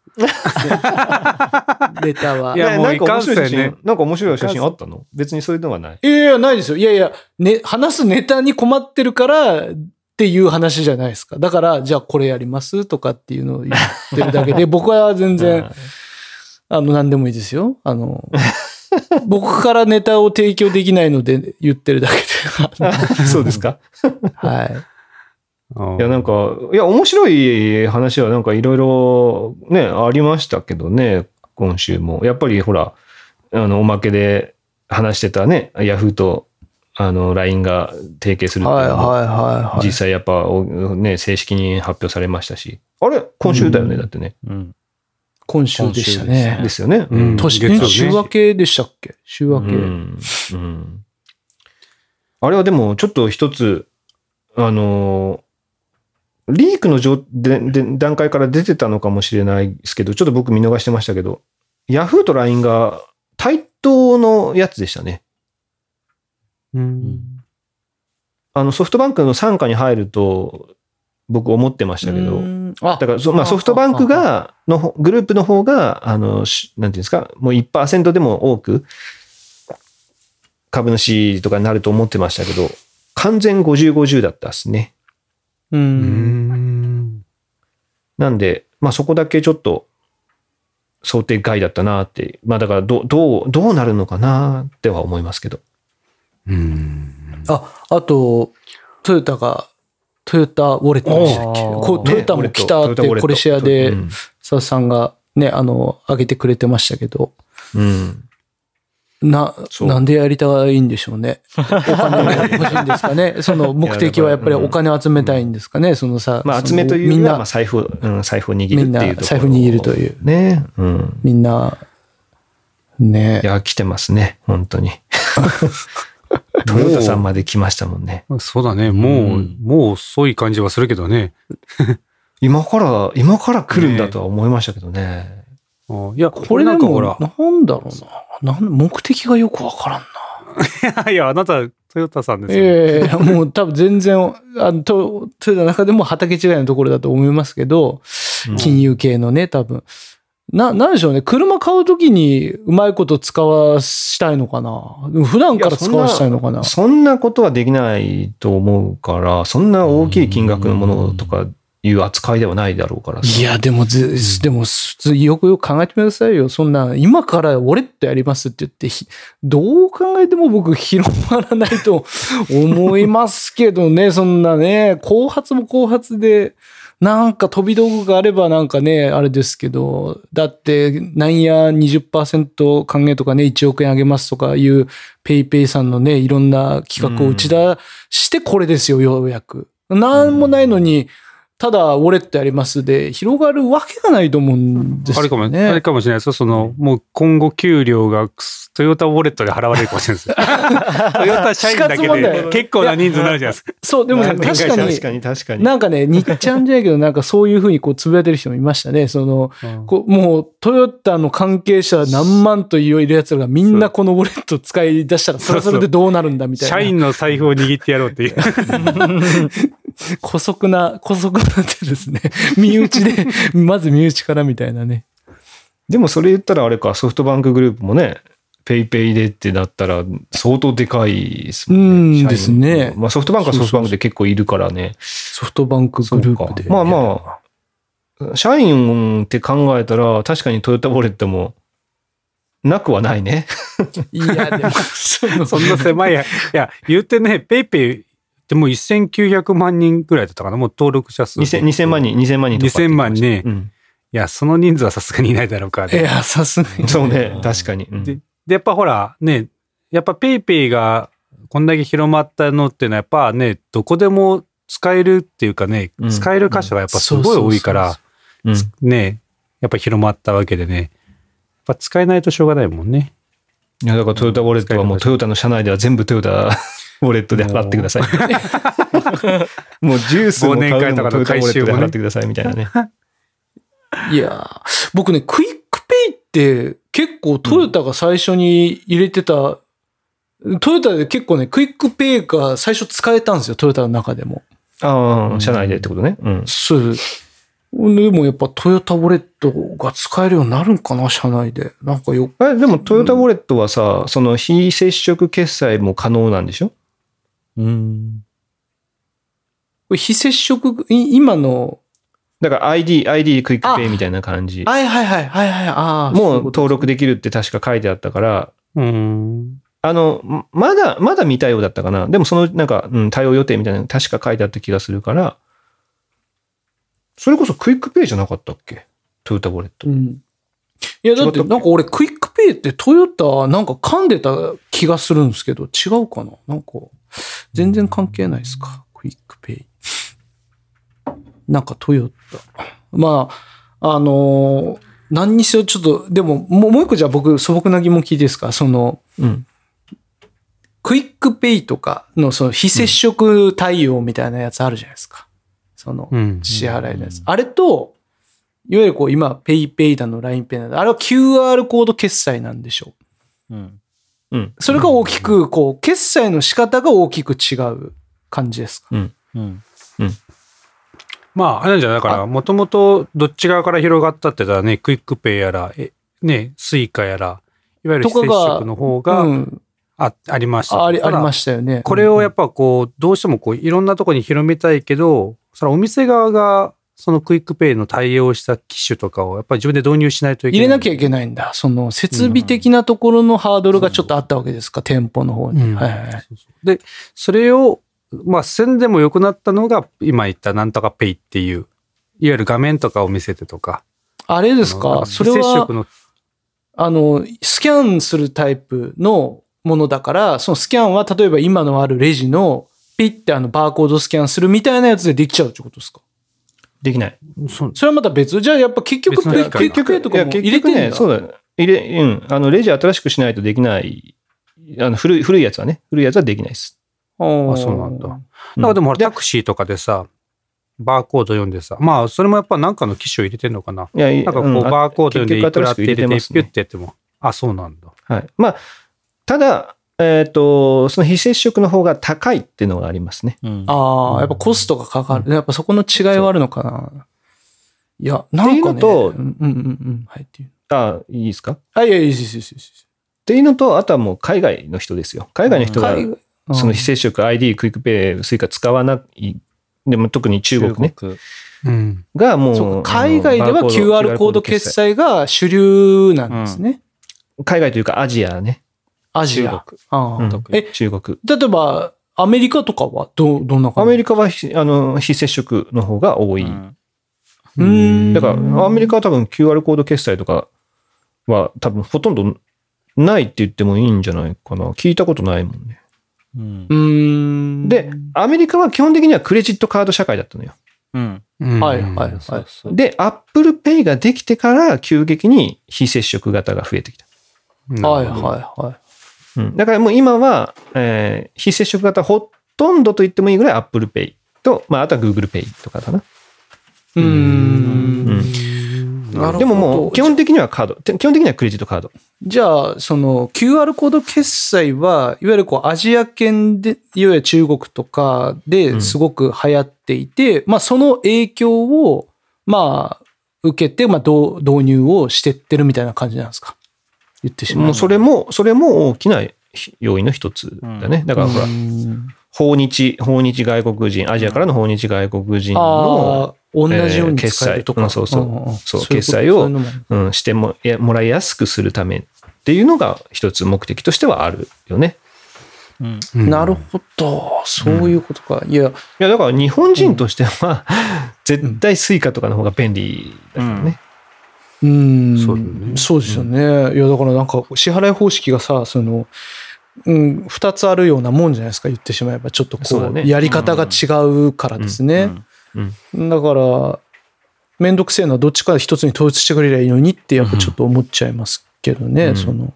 C: ネタは。
B: いや
A: ね
B: もう
A: なんか面白い写
B: いかんせんね
A: 真、なんか面白い写真あったの別にそういうのはない。
C: いやいや、ないですよ。いやいや、ね、話すネタに困ってるからっていう話じゃないですか。だから、じゃあこれやりますとかっていうのを言ってるだけで、僕は全然、あの、何でもいいですよ。あの、 (laughs) 僕からネタを提供できないので言ってるだけで。 (laughs)
A: うんそうですか
C: はい。
A: いや、なんか、いや、面白い話はなんかいろいろね、ありましたけどね、今週も。やっぱりほら、あの、おまけで話してたね、ヤフーと、あの、LINE が提携するっていうのも
C: はいはいはいはい
A: 実。際やっぱ、おね、正式に発表されましたし。あれ今週だよね、だってね。
D: ーうん。
C: 今週でした
D: 今週です
C: ね
D: ね。
A: ですよね。
B: うん
C: 年、
B: 月曜日
C: え
B: ね
C: 週明けでしたっけ週
A: う
C: 明け。
A: ん。うんあれはでも、ちょっと一つ、あのー、リークの状でで段階から出てたのかもしれないですけど、ちょっと僕見逃してましたけど、ヤフーと LINE が対等のやつでしたね。
B: うん
A: あのソフトバンクの傘下に入ると、僕思ってましたけど、
C: うんあ
A: だからそ、まあ、ソフトバンクが、のほグループの方が、あの、しなんていうんですか、もう1%でも多く、株主とかになると思ってましたけど、完全50、50だったですね。
C: う。
B: うんん
A: なんで、まあ、そこだけちょっと、想定外だったなって、まあ、だからど、どう、どうなるのかなっては思いますけど。
B: うん
C: あ、あと、トヨタが、トヨタウォレットでしたっけ
D: おー
C: こうトヨタも来たって、コレシアで
A: う、ん
C: 佐々さんがね、あの、上げてくれてましたけど、
A: うん
C: な、
A: そう
C: なんでやりたいんでしょうね。お金が欲しいんですかね。その目的はやっぱりお金を集めたいんですかね。そのさ、
A: まあ、集めという
C: み
A: よ
C: ん
A: りは、ま
C: な
A: あ、、財布を、うん、財布を握るって
C: み
A: い
C: ん
A: うところ
C: な財布握るという。
A: ね。うん。
C: みんな、ね
A: い。や、来てますね、本当
C: (laughs)
A: に。トヨタさんまで来ましたもんね。
B: そうだね。も
D: う
B: う、
D: ん
B: もう遅い感じはするけどね。
A: 今から、今から来るんだとは思いましたけどね。
B: あいや、
C: こ
B: こ
C: れ
B: れな
C: で
B: んかほら
C: も、、なんだろうな。なん目的がよくわからん
B: (laughs)
C: な。
B: いや、あなた、トヨタさんですよね。
C: ええもう多分全然、あの、と、という中でも畑違いのところだと思いますけど、
A: うん
C: 金融系のね、多分。な、なんでしょうね。車買うときにうまいこと使わしたいのかな。普段から使わしたいのかな。
A: そんなことはできないと思うから、そんな大きい金額のものとかいう扱いではないだろうからさ
C: いや、でもず、でも、普通よくよく考えてくださいよ。そんな、今から俺ってやりますって言って、ひどう考えても僕広まらないと思いますけどね、 (laughs) そんなね、後発も後発で、なんか飛び道具があればなんかね、あれですけど、だって、なんや20%還元とかね、1億円あげますとかいう、ペイペイさんのね、いろんな企画を打ち出してこれですよ、ようやく。なんもないのに、ただ、ウォレットやりますで、広がるわけがないと思うんです
B: あれかも、
C: よ
B: あ
C: ね。
B: れかもしれないですよ。その、もう今後給料がトヨタウォレットで払われるかもしれないですよ。
C: (laughs)
B: トヨタ社員だけ
C: 死活問題
B: で結構な人数になるじゃないですか。
C: そう、でもね、確かに
A: 確、かに、確かに。
C: なんかね、日ちゃんじゃないけど、なんかそういうふうにこう、つぶやいてる人もいましたね。その、こうもう、トヨタの関係者何万といういるやつらがみんなこのウォレット使い出したら、それはそれでどうなるんだみたいな。
B: (laughs) 社員の財布を握ってやろうっていう。
C: 古速な、古速な手ですね。身内で、 (laughs) まず身内からみたいなね。
A: でもそれ言ったらあれか、ソフトバンクグループもね、ペイペイでってなったら相当でかいですもんね。
C: うんですね
A: まあソフトバンクはソフトバンクで結構いるからね。
C: ソフトバンクグループで。
A: まあまあ、社員って考えたら、確かにトヨタウォレットも、なくはないね。
C: いや、でも、
A: (laughs)
C: その
B: (laughs) そんな狭い。いや、言ってね、ペイペイってもう1900万人ぐらいだったかな。もう登録者数。
A: 2000, 2000万。人、2000万人とかって言ってました。
B: 2000万人
A: うん
B: いや、その人数はさすがにいないだろうから、
C: いや、さすがに。
A: そうね、確かに。うん
B: でで、やっぱほら、ね、やっぱペイペイがこんだけ広まったのっていうのは、やっぱね、どこでも使えるっていうかね、
A: うん
B: 使える箇所がやっぱすごい多いから、
A: うん
B: ね、やっぱ広まったわけでね、やっぱ使えないとしょうがないもんね。
A: いや、だからトヨタウォレットはもうトヨタの社内では全部トヨタウォレットで払ってください。 (laughs) もうジュースも買うのもトヨタウォレットで払ってくださいみたいなね。
C: いやー僕ね、クイックペイって結構トヨタが最初に入れてた、トヨタで結構ね、クイックペイが最初使えたんですよ、トヨタの中でも。
A: ああ、社内でってことね。うん。
C: そう。でもやっぱトヨタウォレットが使えるようになるんかな、社内で。なんかよ、
A: あれでもトヨタウォレットはさ、その非接触決済も可能なんでしょ
B: うん。
C: これ非接触、い今の、
A: だから ID、ID クイックペイみたいな感じ。
C: はいはいはいはいはい、ああ、そう
A: も
C: いううこと
A: 登録できるって確か書いてあったから、
B: うん。
A: あの、ままだ、まだ未対応だったかな。でもその、なんか、うん、対応予定みたいなの確か書いてあった気がするから、それこそクイックペイじゃなかったっけトヨタウォレット。
C: うん。いや、だって、
A: 違ったっけ
C: なんか俺、クイックペイってトヨタ、なんか噛んでた気がするんですけど、違うかななんか、全然関係ないですか。クイックペイ。 (laughs) なんかトヨタ。まあ、あのー何にせよちょっと、でも、もうもう一個じゃあ僕、素朴な疑問聞いていいですかその、
A: うん。
C: クイックペイとかの、その、非接触対応みたいなやつあるじゃないですか。その、
B: うん。
C: 支払いのやつ。あれと、いわゆるこう今、ペイペイだの、LINE ペイだの、あれは QR コード決済なんでしょう。
D: うん。
A: うん。
C: それが大きく、こう、決済の仕方が大きく違う感じですか。
D: うん。
B: まあ、あれなんじゃないだから、もともとどっち側から広がったって言ったらね、クイックペイやら、えね、スイカやら、いわゆる非接
C: とかが
B: 触の方が、
C: うん、
B: あありました。
C: ありありま
B: ただ。
C: したよね。
B: これをやっぱこう、どうしてもこう、いろんなとこに広めたいけど、それはお店側が、そのクイックペイの対応した機種とかを、やっぱり自分で導入しないといけ
C: 入
B: ない。
C: れなきゃいけないんだ。その、設備的なところのハードルがちょっとあったわけですか、店舗の方に。
B: うん
C: はいはいはい。
B: そうそうで、それを、まあ、せんでも良くなったのが、今言ったなんとかペイっていう、いわゆる画面とかを見せてとか。
C: あれです
B: あのなん
C: か、それ
B: 非接
C: は
B: 触、の、
C: あの、スキャンするタイプのものだから、そのスキャンは例えば今のあるレジのピッてあのバーコードスキャンするみたいなやつでできちゃうってことですか
A: できない。
B: そう
C: それはまた別。じゃあやっぱ結局、
B: 別の機械か
C: 結局と
A: い
C: か
A: や
C: も
A: 結
C: 入れ
A: 局
C: てね
A: ね、、そうだよ。入れ、うん。あの、レジ新しくしないとできない。あの、古い、古いやつはね、古いやつはできないです。
C: あ
B: あそうなんだ。
A: うん
B: なんかでもほらタクシーとかでさ、バーコード読んでさ、まあそれもやっぱなんかの機種を入れてんのかな。
A: いや、い
B: なんかこう、
A: うんあ
B: バーコード読んでい
A: 結
B: く
A: 局新
B: らっ
A: してく入れ
B: 入れて、
A: て
B: ピ
A: ますね
B: ュってやっても、あ、そうなんだ。
A: はい。まあ、ただ、えっ、と、その非接触の方が高いっていうのがありますね。
D: うん。
C: ああ、やっぱコストがかかる。やっぱそこの違いはあるのかな。いや、なんか、
A: っ
C: ね。
A: ていうのと
C: うんうんうんうん。はいっていう。
A: あいいですかっ
C: あ、いや、いいです、いいです、いいです。
A: ていうのと、あとはもう海外の人ですよ。海外の人が、
C: 海外うん
A: その非接触 ID、クイックペイ、スイカ使わない、でも特に中国ね、
B: うん。
A: がもう。
C: そうか
A: あの
C: 海外では
A: バーコード
C: QR コード決。済が主流なんですね。
A: 海外というかアジアね。
C: アジア。ああ
A: うん
D: 特
C: に
A: 中国。
C: 例えば、アメリカとかはどう、どんな感
A: ア
C: じ
A: メリカはひあの非接触の方が多い。
C: うーん
A: だから、アメリカは多分 QR コード決済とかは多分ほとんどないって言ってもいいんじゃないかな。聞いたことないもんね。
D: うん
C: う。ーん。
A: で、アメリカは基本的にはクレジットカード社会だったのよ。
D: うん。
B: うん
C: はいはいはい。
D: そうそう。
A: で、Apple Pay ができてから急激に非接触型が増えてきた。
C: はい
B: なる
C: はい
B: ほど
C: は
A: うんだからもう今は、えー非接触型ほとんどと言ってもいいぐらい Apple Pay と、まあ、あとは Google Pay とかかな。
C: い。うー。
A: うん
C: なるほど
A: でももう基本的にはカード。て基本的にはクレジットカード。
C: じゃあ、その QR コード決済は、いわゆるこうアジア圏で、いわゆる中国とか
A: う
C: で
A: ん
C: すごく流行っていて、まあその影響を、まあ受けて、まあ導導入をしてってるみたいな感じなんですか言ってしまう。
A: もうそれも、それも大きな要因の一つだね。だからほら
C: う、ん
A: 訪日、訪日外国人、アジアからの訪日外国人の、
C: ああ、同じように使えると
A: え
C: か。
A: ー決済うんそうそうん
C: ん
A: そう
C: いこと
A: 決済を
C: そういうのも
A: うん、してもいやもらいやすくするためっていうのが一つ目的としてはあるよね。
D: うん。
B: うん
C: なるほど。そういうことか。いや、
A: いや、だから日本人としては、絶対スイカとかの方が便利だからね。
C: うん。
B: そうだね
C: そうですよね。いや、だからなんか、支払い方式がさ、その、うん、二つあるようなもんじゃないですか、言ってしまえば。ちょっとこ
A: そうだ
C: う、
A: ね
C: やり方が違うからですね。
A: うん
C: だから、めんどくせえのはどっちか一つに統一してくれりゃいいのにって、やっぱちょっと思っちゃいますけどね、
A: うん
C: その。ま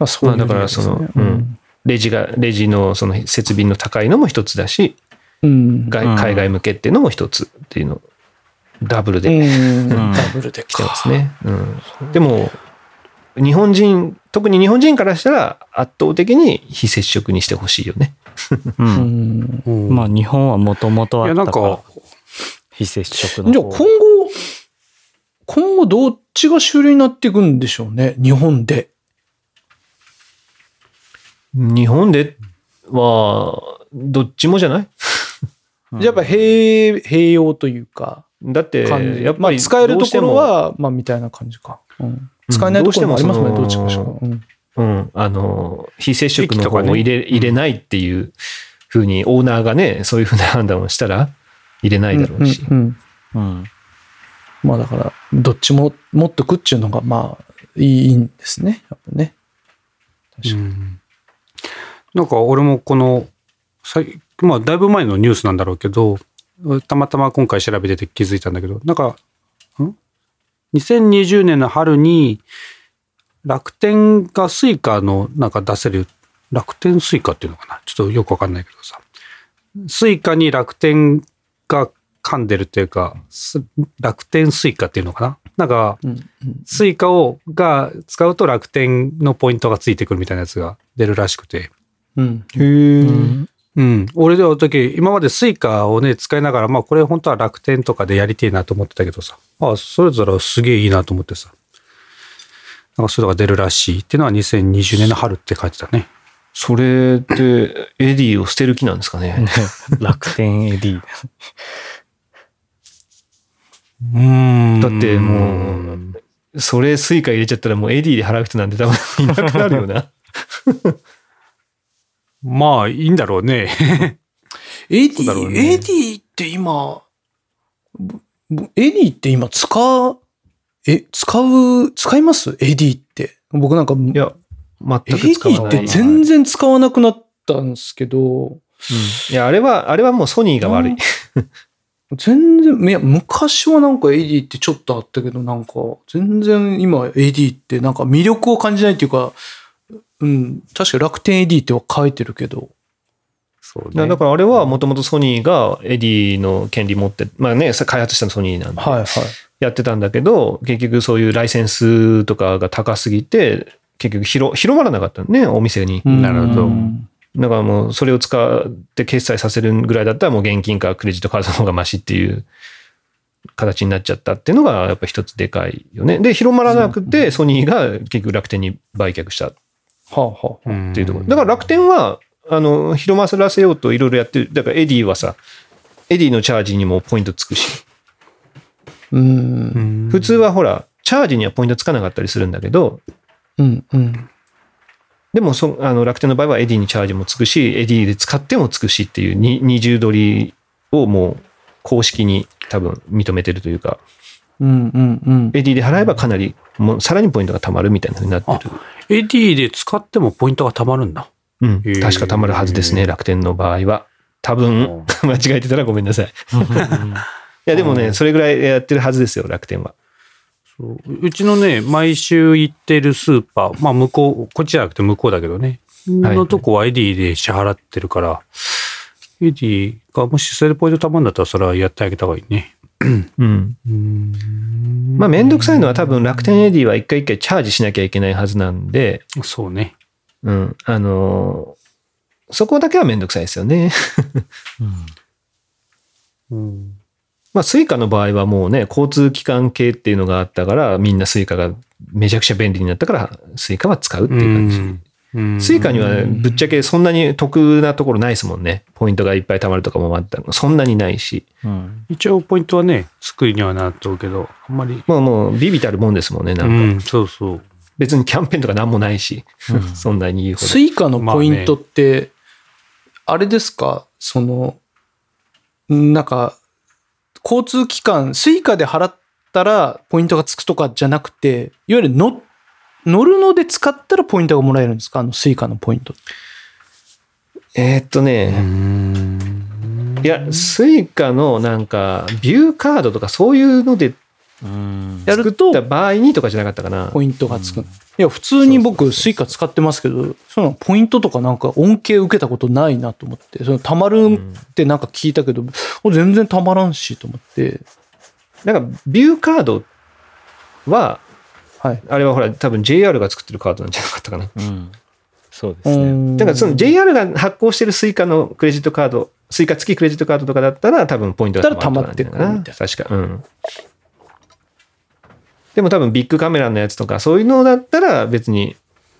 C: あ、そ
A: ま
C: うい
A: あ
C: うの
A: だから
C: です
A: そ
C: ね
A: の、うん、レジが、レジのその設備の高いのも一つだし、
C: うん。
A: 外
D: うん
A: 海外向けっていうのも一つっていうの、ダブル
C: う
A: で
C: ん、
D: ん
C: ダブルで
A: 来てま
C: か。
A: すね。うん、でも、日本人、特に日本人からしたら圧倒的に非接触にしてほしいよね。
D: う。
C: うんん。
B: うん
D: まあ日本はもともと
B: い
D: あ
B: や、
D: っ
B: な
D: た
B: ん
D: から
B: か、、
D: 非接触
C: じゃ
D: の
C: あ今後、
D: 方。
C: 今後どっちが主流になっていくんでしょうね、日本で。
A: 日本では、どっちもじゃない
D: うん
C: やっぱ併併用というか、
A: だって
C: 感、じ。
A: やっ
C: ま
A: ぱ
C: あ
A: り
C: 使えるところ
A: どうしても、
C: は、まあみたいな感じか。うん使えないところもありますもんね、
A: ど
C: ど
A: う
C: っ
A: して
C: ち
A: も
C: かし
A: そ
C: ら。
A: の
C: うん
A: うん、あの、非接触の方
B: 駅とか
A: を
B: ね
A: 入れ,、入れないっていうふうに、オーナーがね、そういうふうな判断をしたら、入れないだろうし。
C: うんうん
D: うん。
C: まあだから、どっちも持っとくっていうのが、まあ、いいんですね。やっぱね。
B: うんなんか俺もこのさいまあだいぶ前のニュースなんだろうけどたまたま今回調べてて気づいたんだけどなんかん2020年の春に楽天がスイカのなんか出せる楽天スイカっていうのかなちょっとよくわかんないけどさスイカに楽天が噛んでるっていうかす楽天スイカっていうのかななんか
C: うん
B: スイカを、が使うと楽天のポイントがついてくるみたいなやつが出るらしくて。
C: うん。
D: うん
B: うん。俺では時、今までスイカをね、使いながら、まあこれ本当は楽天とかでやりてえなと思ってたけどさ。あそれぞれすげえいいなと思ってさ。なんかそういうのが出るらしいっていうのは2020年の春って書いてたね。
A: それって、エディを捨てる気なんですかね。
D: ね楽天 AD。
B: うん
A: だってもう、それスイカ入れちゃったらもうエディで払う人なんて多分いなくなるよな。
B: まあいいんだろうね。
C: AD、
B: そうだろうね
C: AD って今、ぼぼ AD って今使う、え、使う、使います ?AD って。僕なんか、
A: いや、 (laughs) 全く使
C: AD
A: わ
C: っ
A: ない。
C: て全然使わなくなったんですけど、
A: いや、あれは、あれはもうソニーが悪い。
C: (laughs) 全然、いや、昔はなんか AD ってちょっとあったけど、なんか、全然今 AD ってなんか魅力を感じないっていうか、うん、確か楽天 AD っては書いてるけど、
B: (laughs) そう
A: いやだからあれはもともとソニーがエディの権利持って、まあね、さ開発したのソニーなんで、
C: はいはい。
A: やってたんだけど、結局そういうライセンスとかが高すぎて、結局広広まらなかったのね、お店に。
C: うん
B: なるほど
C: うん
A: だからもうそれを使って決済させるぐらいだったらもう現金かクレジットカードの方がマシっていう形になっちゃったっていうのがやっぱ一つでかいよね。で、広まらなくてソニーが結局楽天に売却したっ
C: はあはあ。
B: って
A: いうところ。だから楽天はあの広まらせようといろいろやってる。だからエディはさ、エディのチャージにもポイントつくし、
C: うん、
B: 天
A: 普通はほら、チャージにはポイントつかなかったりするんだけど、
C: うん、うん。
A: でもそあの楽天の場合はエディにチャージもつくし、エディで使ってもつくしっていうに20ドリをもう公式に多分認めてるというか、
C: うんうんうん。
A: エディで払えばかなり、もうさらにポイントが貯まるみたいな風になってる。
B: AD で使ってもポイントが貯まるんだ。
A: うん
B: へー。
A: 確か貯まるはずですね、楽天の場合は。多分、間違えてたらごめんなさい。いや、でもね、それぐらいやってるはずですよ、楽天は。
B: そううちのね、毎週行ってるスーパー、まあ向こう、こっちじゃなくて向こうだけどね、
A: はい
B: のとこはエディで支払ってるから、エディがもしそれでポイント貯まるんだったらそれはやってあげた方がいいね。
A: うん。まあ、めんどくさいのは多分楽天エディは一回一回チャージしなきゃいけないはずなんで、
B: そうね。
A: うん。あのーそこだけはめんどくさいですよね。
B: うん
A: まあ、スイカの場合はもうね、交通機関系っていうのがあったから、みんなスイカがめちゃくちゃ便利になったから、スイカは使うっていう感じ。
B: うん
A: スイカにはぶっちゃけそんなに得なところないですもんね。ポイントがいっぱい貯まるとかもあったの。そんなにないし。
D: うん。
B: 一応ポイントはね、作りにはなっとうけど、あんまり。
A: もうもうビビたるもんですもんね。な
B: うん
A: か
B: ん、そうそう。
A: 別にキャンペーンとかなんもないし、 (laughs) そんなに言うほど
C: ス。イカのポイントって、あれですかその、なんか、交通機関、スイカで払っったらポイントがつくとかじゃなくて、いわゆる乗乗るので使ったらポイントがもらえるんですかあのスイカのポイントって。
A: えーっとね、いや、スイカのなんか、ビューカードとかそういうので
D: うん
C: や
A: 作
C: る
A: っ
C: と
A: た場合にとかじゃなかったかな。
C: ポイントがつくの。いや、普通に僕、スイカ使ってますけど、そのポイントとかなんか恩恵受けたことないなと思って、そのたまるってなんか聞いたけど、全然たまらんしと思って、
A: なんか、ビューカードは、
C: はい。
A: あれはほら、多分 JR が作ってるカードなんじゃなかったかな。
D: うんそうですね。
A: だからその JR が発行してるスイカのクレジットカード、スイカ付きクレジットカードとかだったら多分ポイントが
C: だったら溜まってくるみた
A: 確か。うん。でも多分ビッグカメラのやつとかそういうのだったら別に、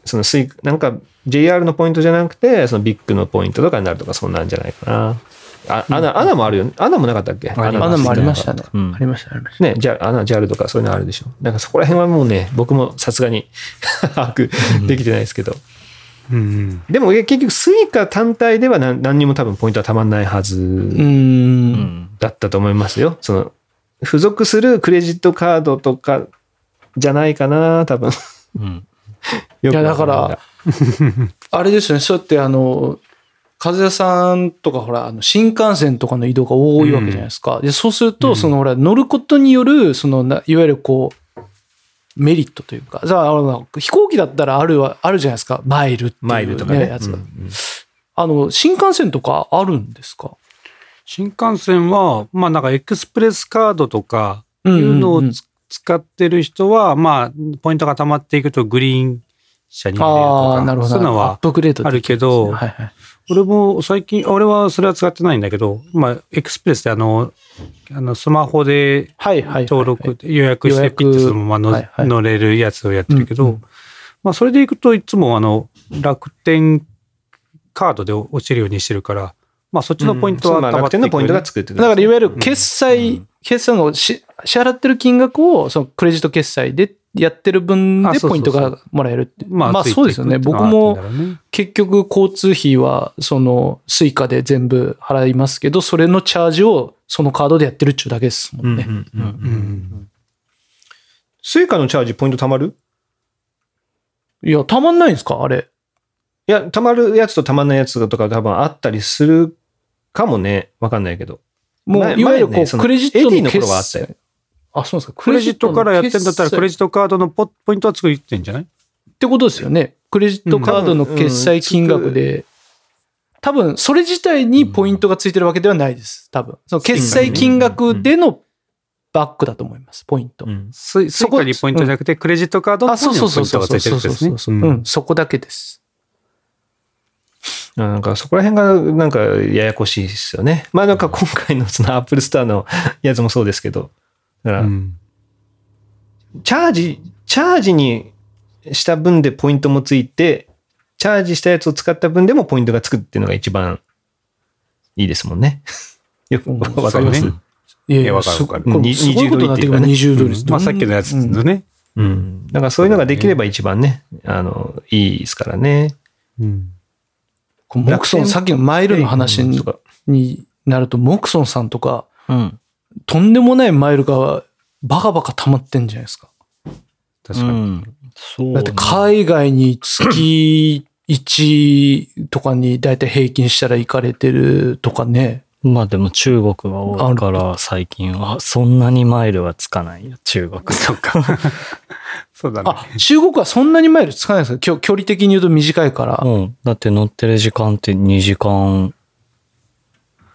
A: そのスイなんか JR のポイントじゃなくて、そのビッグのポイントとかになるとかそんなんじゃないかな。あ、アナ、アナもあるよね。アナもなかったっけア
D: り
C: あ
D: ま
C: の
D: す
C: もありましたね。
D: うん
C: ありました、ありまし
A: ね、ジャあの JAL とかそういうのあるでしょ。なんかそこら辺はもうね、僕もさすがに (laughs) 把握できてないですけど。
B: うん
A: でもえ結局スイカ単体では何何にも多分ポイントはたまんないは
C: た。う。
A: ず
D: うんん
A: だったと思いますよ。その付属するクレジットカードとかじゃないかな、多分。
D: うん
A: よ
C: い
A: わ
C: や
A: んな
C: だから、あれですよね、そうやってあの、和也さんとかほら、あの新幹線とかの移動が多いわけじゃないですか。でそうすると、そのほら、乗ることによる、そのな、いわゆるこう、メリットというか、じゃああの、飛行機だったらあるは、あるじゃないですか、マイルっていう、
A: マイルとかね。
C: やつ
A: うん
C: が
A: う。ん
C: あの、新幹線とかあるんですか
B: 新幹線は、まあなんかエクスプレスカードとか
C: い
B: いうのをつ、使ってる人は、まあ、ポイントが溜まっていくとグリーン車に
C: あ
B: 入れ
C: あ、
B: ると
C: なる
B: か、
C: ほど。
B: そういうの
C: アッ
B: は
C: プグレード
B: あ
C: で
B: る
C: き
B: け
C: ますね
B: ど、
C: はいはい。
B: 俺も最近、俺はそれは使ってないんだけど、まあ、エクスプレスであの、あのスマホで
C: はいはいはいはい。
B: 登録、予約し
C: 予
B: て
C: 約
B: ピッてそのままの
C: はいはい
B: 乗れるやつをやってるけど、
C: うんうん
B: まあ、それでいくといつもあの、楽天カードで落ちるようにしてるから、まあ、そっちのポイント
A: そ
B: は
A: うまあ
B: 溜まっ
A: 楽
B: てい
A: 天
B: くよ
A: のポ
B: ね
A: イントが作ってく
C: だからいわゆる決
D: う
C: 済
D: ん、
C: 決済のし支払ってる金額をそのクレジット決済でやってる分
B: あ
C: で
B: そうそうそう
C: ポイントがもらえるって。
B: まあ、
C: まあ
B: ついていく
C: そうですよね
B: っていうの
C: 僕
B: は
C: も
B: あるんだろうね
C: 結局交通費はそのスイカで全部払いますけど、それのチャージをそのカードでやってるっちゅうだけですも
A: うんんう
C: ね。
A: んう
D: うんん
A: スイカのチャージポイントたまる
C: いや、たまんないんですかあれ。
A: いや、たまるやつとたまんないやつとか多分あったりするかもね。わかんないけど。
C: もう
A: 前
C: いわゆる
A: 前
C: こ
A: ね
C: う
A: その
C: クレジット
A: AD
C: の
A: の
C: 決
A: 頃はあったよ
C: 済。あ、そうなんですか。
B: クレジットからやってんだったら、クレジ
C: ジッ
B: ットカードのポポイントは作ってんじゃない
C: トってことですよね。クレジットカードの決済金額で。多分、それ自体にポイントがついてるわけではないです。多分。その決済金額でのバックだと思います。ポイント。
B: スイスイカにポイントじゃなくて、クレジットカードの
C: あ、
B: 方
C: そう
B: に
C: そ
B: も
C: う
B: ポ
C: そ
B: イ
C: う
B: ントがついて
C: そうそう
B: る
C: そ
B: ん
C: う
B: ですね。
C: そう。うん、そこだけです。
A: なんかそこら辺がなんかややこしいですよね。まあなんか今回のそのアップルスターの (laughs) やつもそうですけど、だから
B: うん
A: チャージ、チャージにした分でポイントもついて、チャージしたやつを使った分でもポイントがつくっていうのが一番いいですもんね。 (laughs) よく
C: うん
A: わかります。
B: そううね
C: いやい
B: いや
C: や、
B: わかる
C: す
B: わかる
C: これすごいことになってくるね。20ドルです。
B: まあ、さっきのやつ
C: うん
B: のね。
A: ん。だからそういうのができれば一番ね、あの、いいですからね。
B: うん
C: モクソン、さっきのマイルの話
A: うん
C: に
A: とか
C: になると、モクソンさんとか、
D: うん
C: とんでもないマイルがバカバカ溜まってんじゃないですか。
B: 確か
D: う
B: に。
D: んそう
C: だって海外に月1とかに大体平均したら行かれてるとかね。
D: まあでも中国が多いから最近はそんなにマイルはつかないよ中国とか
B: そうだね。
C: あ、中国はそんなにマイルつかないですか距距離的に言うと短いから。
D: うんだって乗ってる時間って2時間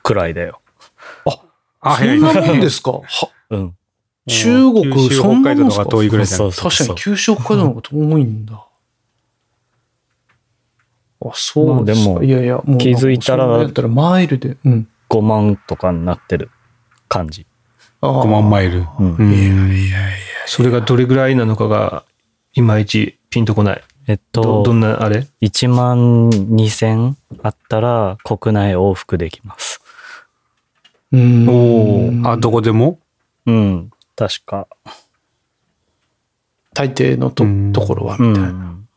D: くらいだよ
B: あ
C: そんなもんですかは
D: うん
C: 中国
B: 九州
C: そんな
B: 北海
C: も
B: 道
C: ん
B: の
C: す
B: 方
C: か
B: が遠いぐらいじゃない
D: そうそう
C: 確かに
D: そう
C: 九州北海道の方が遠いんだ。あ、そうですか。
D: まあでも
C: いやいや、もう
D: 気づいたら
C: そんなやったらマイルで。うん。
D: 5万とかになってる感じ
C: ああ
B: 5万マイル。
D: うん
B: うん
A: それがどれぐらいなのかが、いまいちピンとこない。
D: えっ
A: ど、
D: と
A: どんなあれ
D: 1万2000あったら国内往復できます
C: うん。
B: あ、どこでも
D: うん確か
C: 大抵のと
B: うん
C: ところは、
D: う
C: みたいな。
D: ん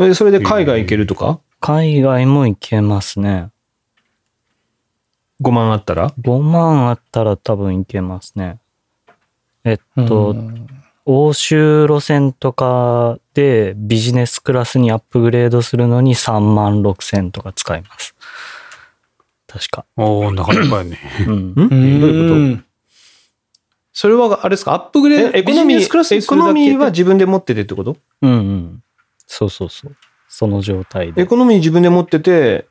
A: え、それで海外行けるとか
D: 海外も行けますね
A: ?5 万あったら
D: 5万あったら多分行けますね。えっと、欧州路線とかでビジネスクラスにアップグレードするのに3万6000とか使います。確か。
B: おおなかなかやね。
D: うん
A: ん
C: ん
A: どういうこ
C: んそれは、あれですか、アップグレード、
A: えエコノミ
C: ビジネスクラス
A: ー、エ
C: にす
A: コ
C: るだけ
A: ノ
C: で
A: ミーは自分で持っててってこと
D: うんうん。そうそうそう。その状態
A: エ
D: で。
A: コノミー自分で持ってて、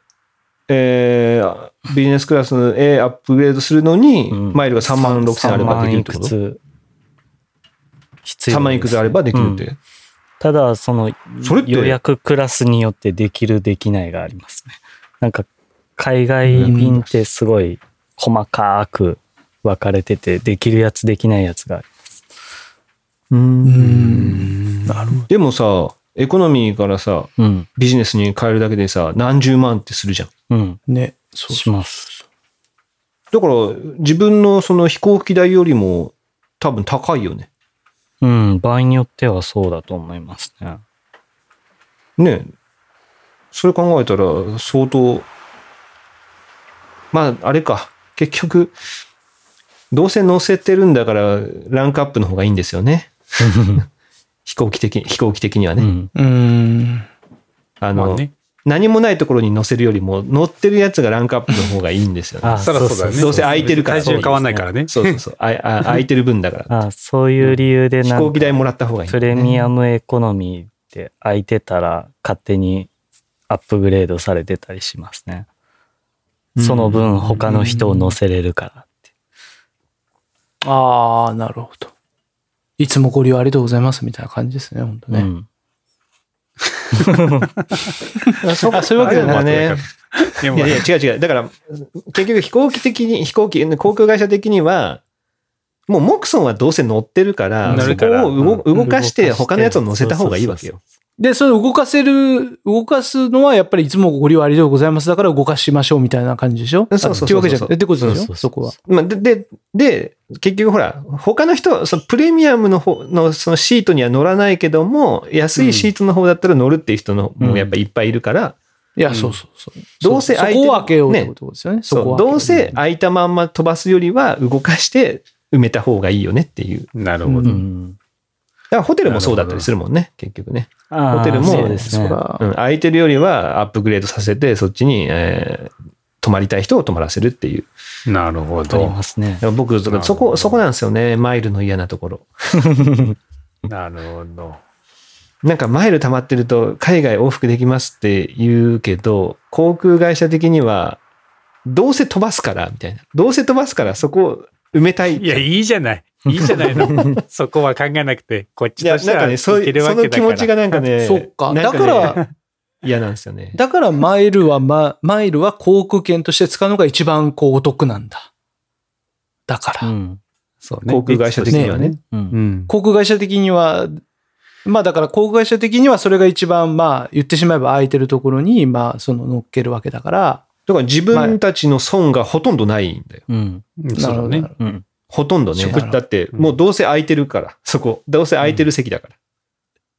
A: えービジネスクラスへアップグレードするのに、
D: うん
A: マイルが3万6千あればできるってこと
D: 3万いくつ必要です
A: 3万いくつあればできるって。
D: ただ、その
A: それっ、て
D: 予約クラスによってできる、できないがありますね。なんか、海外便ってすごい細かく分かれてて、できるやつ、できないやつがある。
C: うん。なるほど。
A: でもさ、エコノミーからさ、
D: うん。
A: ビジネスに変えるだけでさ、何十万ってするじゃん。
D: うん。
C: ね。そう
D: します。
A: だから、自分のその飛行機代よりも多分高いよね。
D: うん。場合によってはそうだと思いますね。
A: ねそれ考えたら相当、まあ、あれか。結局、どうせ乗せてるんだから、ランクアップの方がいいんですよ
B: (laughs)
A: ね。飛行機的、飛行機的には
D: う
A: ね。
D: ん。
C: うん。
A: あ
B: ま
A: の、
B: あね。
A: 何もないところに乗せるよりも、乗ってるやつがランクアップの方がいいんですよね。
D: あ
B: そらそうだよね。
A: どうせ空いてるから
B: 体重変わんないからね。
A: そうそうそう。あいあ空いてる分だ
B: (laughs)
A: から。
D: あそういう理由で
A: 飛
D: なん
A: 行機
D: か
A: 代もらった方がいい、
D: プレミアムエコノミーって空いてたら勝手にアップグレードされてたりしますね。その分他の人を乗せれるからって。
C: ああ、なるほど。いつもご利用ありがとうございますみたいな感じですね、本当
D: う
C: ね。
D: ん
A: あそう
C: あそういうわけじゃない
A: あれだね。
B: でも
A: いやいや、違う違う。だから、結局飛行機的に、飛行機、航空会社的には、もうモクソンはどうせ乗ってるから、
B: 乗
A: そ
B: る
A: こ
B: から
A: を動,、
D: うん
A: 動かして
D: 動かして
A: 他のやつを乗せた方がいいわけよ。
C: で、それを動かせる、動かすのはやっぱりいつもご利用ありがとうございますだから動かしましょうみたいな感じでしょ
A: そうそうそう
C: っていうわけじゃなくて、ってことでし
D: そ
C: ょ
D: うそう
C: そこは。
A: まあ、で、で、で、結局ほら、他の人、そのプレミアムの方のそのシートには乗らないけども、安いシートの方だったら乗るっていう人の、
D: うん
A: もうやっぱいっぱいいるから、
C: いや、そうそうそう。
A: どうせ
C: そ
A: 相
C: そ
A: 手
C: こを開けようってことですよね。そこ
A: そ
C: は
A: う、
C: 開けよ
A: どうせ空いたまんま飛ばすよりは動かして埋めた方がいいよねっていう。
B: なるほ
C: う
B: ど。
D: うん
A: だからホテルもそうだったりするもんね、結局ね。
D: あー
A: ホテルも
D: そうです
C: そ
D: ね。
C: ら
A: うん、空いてるよりはアップグレードさせて、そっちに、えー泊まりたい人を泊まらせるっていう。
B: なるほ
D: あり
B: ど。
D: ますね。
A: 僕、そ
B: なるほど
A: そこ、そこなんですよね。マイルの嫌なところ。
B: なるほど。
A: なんかマイル溜まってると、海外往復できますって言うけど、航空会社的には、どうせ飛ばすから、みたいな。どうせ飛ばすから、そこを埋めたい。
B: いや、いいじゃ
A: (laughs)
B: ない。いいじゃないの。そこは考えなくて、こっち
A: いや
B: として
A: なんか
B: は
A: ね、
B: い
A: そうい
B: け
A: う、
B: る
A: そ
B: わけ
A: の
B: だ
A: 気
B: から。
A: 持ちがなんかね、
C: そっか。
A: な
C: だ
A: んね
C: から、
A: 嫌なんですよね。
C: だからマイルは、ま、マイルは航空券として使うのが一番こうお得なんだ。だか
D: う
C: ら。
D: ん。
B: そうね
A: 航空会社的にはね。
D: う。
B: うんん。
C: 航空会社的には、まあだから航空会社的にはそれが一番まあ言ってしまえば空いてるところにまあその乗っけるわけだから。
A: だから自分たちの損がほとんどないんだよ。
D: うん。
B: そうだね
C: なるほどなるほど。
D: うん。
A: ほとんどね
C: 食事。
A: だって、
B: うん
A: もうどうせ空いてるから、そこ。どうせ空いてる席だか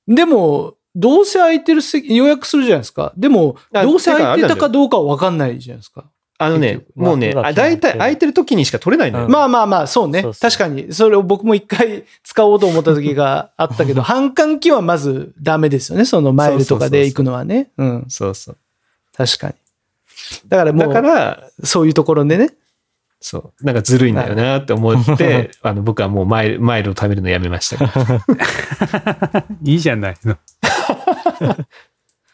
A: ら。
C: でも、どうせ空いてる席、予約するじゃないですか。でも、
A: あ
C: どうせ空いて
A: て
C: た
A: かあ
C: かどうかは分かんないじゃないですか。
A: あのね
C: 結、局
A: もうね、
D: 枠が
A: あ
D: 決まっ
A: 大
D: てる
A: 体空いてる時にしか取れないのよ。
D: うん
A: まあ
C: まあまあまあ、そうね。
D: そうそう
C: 確かに、それを僕も一回 (laughs) 使おうと思った時があった
A: (laughs)
C: けど、反換機はまずダメですよね。そのマイルとかで行くのはね。うん、
A: そうそう。
C: 確かに。だからも
A: だか
C: う、
A: ら、
C: そういうところでね。
A: そう、なんかずるいんだよなって思って、あの、僕はもうマイル、マイルを貯めるのやめましたけど。
B: いいじゃないの。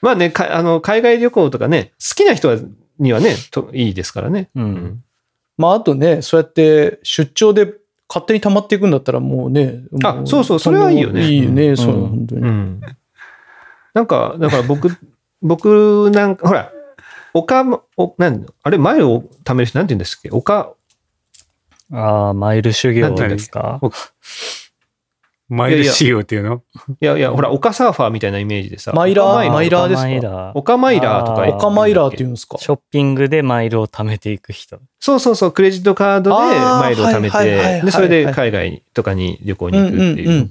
A: まあね、かあの海外旅行とかね、好きな人はにはね、といいですからね。
D: うん
C: まああとね、そうやって出張で勝手に溜まっていくんだったらもうね。
A: あ
C: も
A: そうそうそれはいいよね
C: いいよね、
D: ん
C: そうの
D: ん
C: 本当に。
A: うんなんか、だから僕、僕なんか、ほら、おか、おなんあれ、マイルを貯める人なんて言うんですっけおか、
D: ああ、マイル修行ですか
B: マイル仕様っていうの
A: いやいや、ほら、おかサーファーみたいなイメージでさ。
C: マイラ
A: オ
C: ー
A: カ
C: マイラーですか
D: マイラー
A: オカマイラーとか
D: あ
A: 言
D: ー
A: う
C: オカマイラーって言うんですか。
D: ショッピングでマイルを貯めていく (laughs) 人。
A: そうそうそう、クレジットカードで
C: あー
A: マイルを貯め
C: はいはいはいは
A: て、
C: い
A: で、それで海外とかに旅行に行くっていう。
C: うんうんうん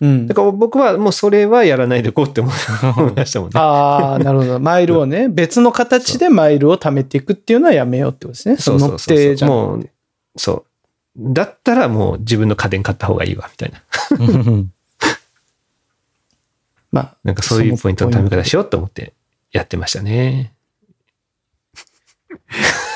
C: うん
A: だから僕はもうそれはやらないでこうって思い思いましたもんね。
C: ああ、なるほど。マイルをね、別の形でマイルを貯めていくっていうのはやめようってことですね。
A: そうそう
C: 乗
A: そ
C: っ
A: うそ
C: て
A: う。
C: じゃなくて
A: もう、そう。だったらもう自分の家電買った方がいいわ、みたいな。
C: まあ、
A: なんかそういうポイントのため方しようと思ってやってましたね。
B: す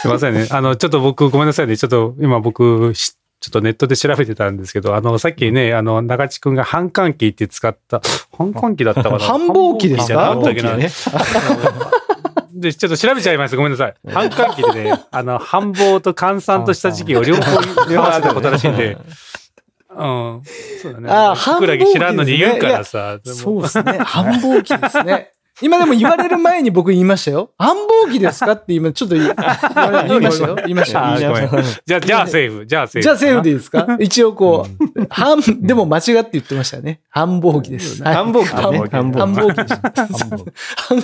B: いませんね。
A: (laughs)
B: あの、ちょっと僕、ごめんなさいね。ちょっと今僕、しちょっとネットで調べてたんですけど、あの、さっきね、あの、中地くんが反感期って使った、反感期だったかな
C: 繁忙期ですか
B: 繁忙期じゃな
A: (laughs)
B: かったっけな。で、ちょっと調べちゃいます。ごめんなさい。反感期
C: (laughs)
B: でね、あの、繁忙と閑散とした時期を両方、両方あったことらしいん
C: (laughs)
B: で、うん。そうだね。
C: あー
B: ふくらぎ知らんのに言うからさ、でも
C: そうで
B: (laughs)
C: すね。繁忙期ですね。今でも言われる前に僕言いましたよ。繁忙期ですかって今ちょっと
B: (laughs)
C: 言い言いましたよ。言いました
B: あ
C: よ。
B: ーごめんじゃあ、じゃあセーフ。じゃあセーフ。
C: じゃあセーフでいいです
B: (laughs)
C: か一応こう、繁、でも間違って言ってましたね。繁忙期です。はい
A: 繁忙期だね。繁
C: 繁
A: 忙期。
C: 忙期でした。繁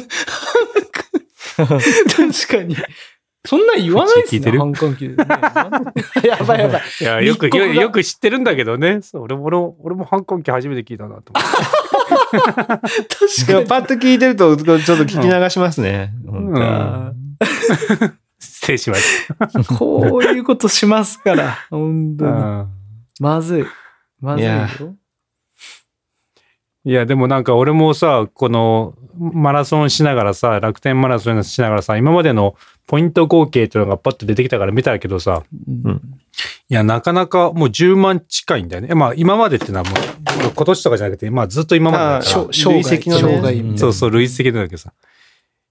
C: (laughs) 確かに。そんなん言わないです
B: 聞いて
C: ね。
B: る
C: 反感期で、ね。やばいやばい。
B: いや、よく、
C: 密告
B: よ
C: が
B: よく知ってるんだけどね。そう俺も、俺も、俺も反抗期初めて聞いたなと思
C: (laughs)
B: って。
C: 確
A: で
C: か
A: も
C: に。
A: パッと聞いてると、ちょっと聞き流しますね。
B: ん
A: 本
B: 失礼しまし
C: こういうことしますから。本
B: た。
C: 当に。まずい。まずい
A: いや
C: よ。
B: いや、でもなんか俺もさ、このマラソンしながらさ、楽天マラソンしながらさ、今までのポイント合計っていうのがパッと出てきたから見たけどさ、
A: うん
B: いや、なかなかもう10万近いんだよね。まあ、今までってのはもう、今年とかじゃなくて、まあ、ずっと今までだ
A: あー
B: から
A: そう
C: 生生
A: 累積
C: 涯、
A: のね
C: 生涯みたいな
B: そうそう、累積なんだけどさ。い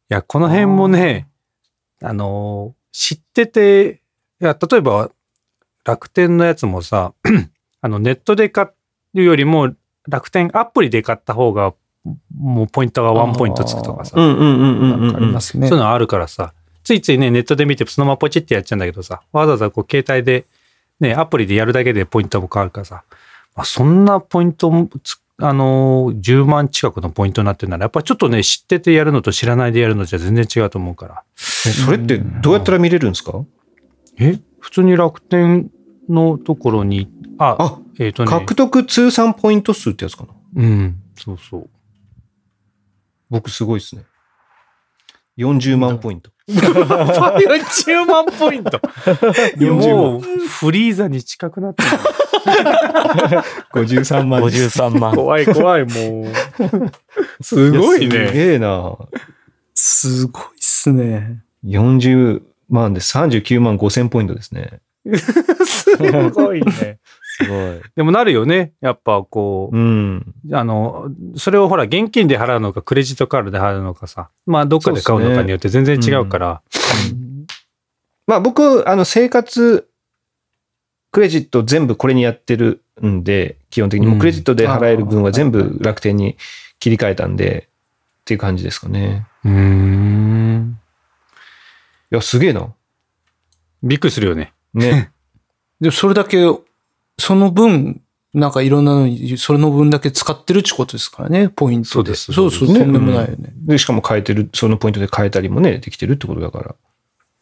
B: や、この辺もね、あのー、知ってて、いや、例えば、楽天のやつもさ、 (clears throat) あの、ネットで買うよりも、楽天アプリで買った方が、もうポイントがワンポイントつくとかさ、
A: 当うんうんうんうんうん。
C: わかりますね
B: そうい。うのあるからさ、ついついね、ネットで見て、そのままポチってやっちゃうんだけどさ、わざわざこう、携帯で、ね、アプリでやるだけでポイントも変わるからさ、まあ、そんなポイントもつ、あのー、10万近くのポイントになってるなら、やっぱちょっとね、知っててやるのと知らないでやるのじゃ全然違うと思うから。
A: えそれってどうやったら見れるんですか
B: え普通に楽天のところに、あ、
A: あ、
B: えっ、とね、
A: 獲得通算ポイント数ってやつかな
B: うん、そうそう。
A: 僕すごいですね。40万ポイント。
B: 40万ポイント
A: 40万
B: もう、フリーザに近くなってる。
A: 53万です。
D: 53万。
B: 怖い
D: (laughs)
B: 怖い、もう。す
A: やすげえな。
C: すごいっすね。
A: 40万で39万5千ポイントですね。
B: すごいね。
A: すご
D: (laughs)
A: い。
B: でもなるよね。やっぱこう、
A: うん。
B: あの、それをほら、現金で払うのか、クレジットカードで払うのかさ、まあ、どっかで買うのかによって全然違うから、
A: まあ僕、あの、生活、クレジット全部これにやってるんで、基本的に。もうクレジットで払える分は全部楽天に切り替えたんで、っていう感じですかね。
B: うーん。
A: いや、すげえな。
B: びっくりするよね。
A: (laughs) ね。
C: でもそれだけ、その分、なんかいろんなのに、それの分だけ使ってるってことですからね、ポイントで。
B: そうです
C: そう
A: そ
C: そう、
A: うです
C: とんでもないよね。
A: で、しかも変えてる、そのポイントで変えたりもね、できてるってことだから。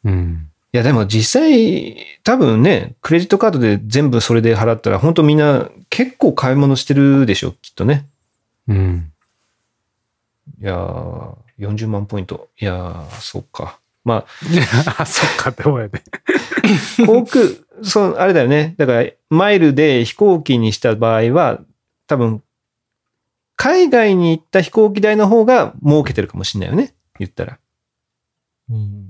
B: うん。
A: いや、でも実際、多分ね、クレジットカードで全部それで払ったら、本当みんな結構買い物してるでしょ、きっとね。
B: うん。 (laughs)
A: いやー、40万ポイント。いやー、そっか。ま
B: あ、そっかって思うよね。
A: あ、航空、 (laughs) そう、あれだよね。だから、マイルで飛行機にした場合は、多分、海外に行った飛行機代の方が儲けてるかもしれないよね。言ったら。
D: うん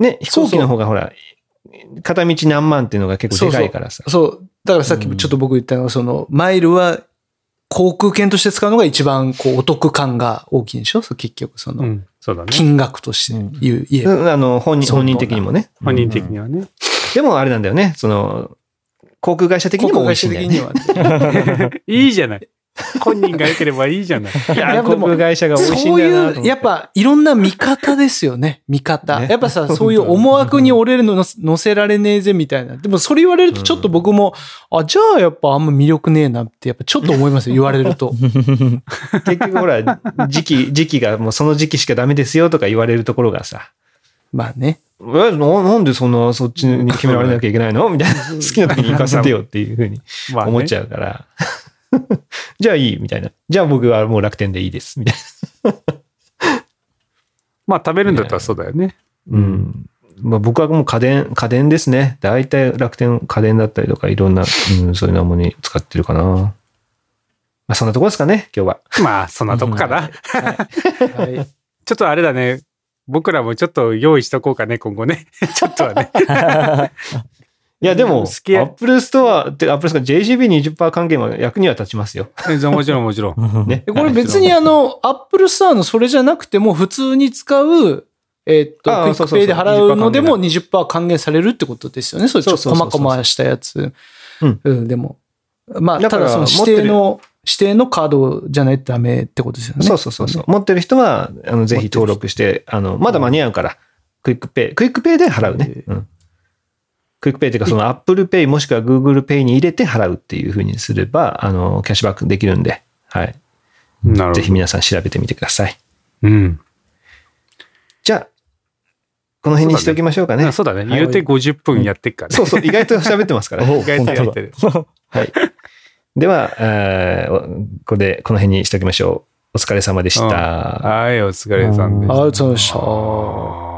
A: ね、飛
C: そうそ
A: 行機
C: う
A: の方がほら、片道何万っていうのが結構でかいからさ。
C: そう。だからさっきもちょっと僕言ったのは、その、マイルは、航空券として使うのが一番、こう、お得感が大きいんでしょそう結局、そうの、
B: ん。そうだね。
C: 金額として言う、言えば
A: うんあの本人
C: そう
A: 本人的にもね。
B: 本人的にはね。
A: でもあれなんだよね、その、航空会社的にも美味しいんだよね。
C: は。
B: (laughs) いいじゃない。本人が良ければいいじゃ (laughs) ない。
A: いや
C: いや
A: 航空会社が美味しいん
C: そう
A: だよなと思
C: い
A: っ
C: う、
A: て。
C: やっぱ、いろんな見方です
A: (laughs)
C: よね。見方。
A: ね
C: やっぱさ、そういう思惑に俺らの乗せられねえぜ、みたいな。でも、それ言われると、ちょっと僕も、あ、じゃあ、やっぱ、あんま魅力ねえなって、やっぱ、ちょっと思いますよ。言われる
A: (laughs)
C: と。
A: 結局ほら、時期、時期がもうその時期しかダメですよとか言われるところがさ、
C: まあね。
A: え、ななんでそんなそっちに決められなきゃいけないのみたいな。好きな時に行かせてよっていうふうに
B: まあね
A: 思っちゃうから。 (laughs) じゃあいいみたいな。じゃあ僕はもう楽天でいいです。みたい
B: まあ、食べるんだったらそうだよね。
A: な。うん。まあ、僕はもう家電、家電ですね。大体楽天家電だったりとか、いろんな、うん、そういうのもに使ってるかな。まあ、そんなとこですかね、今日は。
B: まあ、そんなとこかな。
C: はい。
B: ちょっとあれだね。僕らもちょっと用意しとこうかね、今後ね。 (laughs) ちょっとはね。
A: いや、でも、ア
B: 好きや
A: ップルストアって、アップルストア JCB20% 関係は役には立ちますよ。
B: じゃあもちろんもちろん。
A: ね。
C: えこれ別にあの、アップルストアのそれじゃなくても、普通に使う、えーっと、
A: ああ
C: クイッ
A: そうそう
C: ク
A: そう
C: ペイで払うのでも
A: 20%
C: 20%還元されるってことですよね。そういうちょっと
A: そうそうそうそう
C: 細々したやつ。
A: うん
C: うん、でも。まあ、
A: だ
C: た
A: から
C: だその
A: 持ってる
C: 指定の、指定のカードじゃないとダメってことですよね。
A: そうそうそうそう。持ってる人は、あの、ぜひ登録して、あの、まだ間に合うから、クイックペイ、クイックペイで払うね。うん。クイックペイっていうか、その Apple Pay もしくは Google Pay に入れて払うっていうふうにすれば、あの、キャッシュバックできるんで、はい。
B: なるほど
A: ぜひ皆さん調べてみてください。
B: うん。
A: じゃあ、この辺にしておきましょうかね。
B: あそうだね。言うて50分やってっからね
A: そうそう、意外と喋ってますから。 (laughs)
B: 意外とやってる。
A: はい。では、えーおこれで、この辺にしておきましょう。お疲れ様でした。
B: はい、お疲れさんでした。
C: ああ、そうでした。
B: あー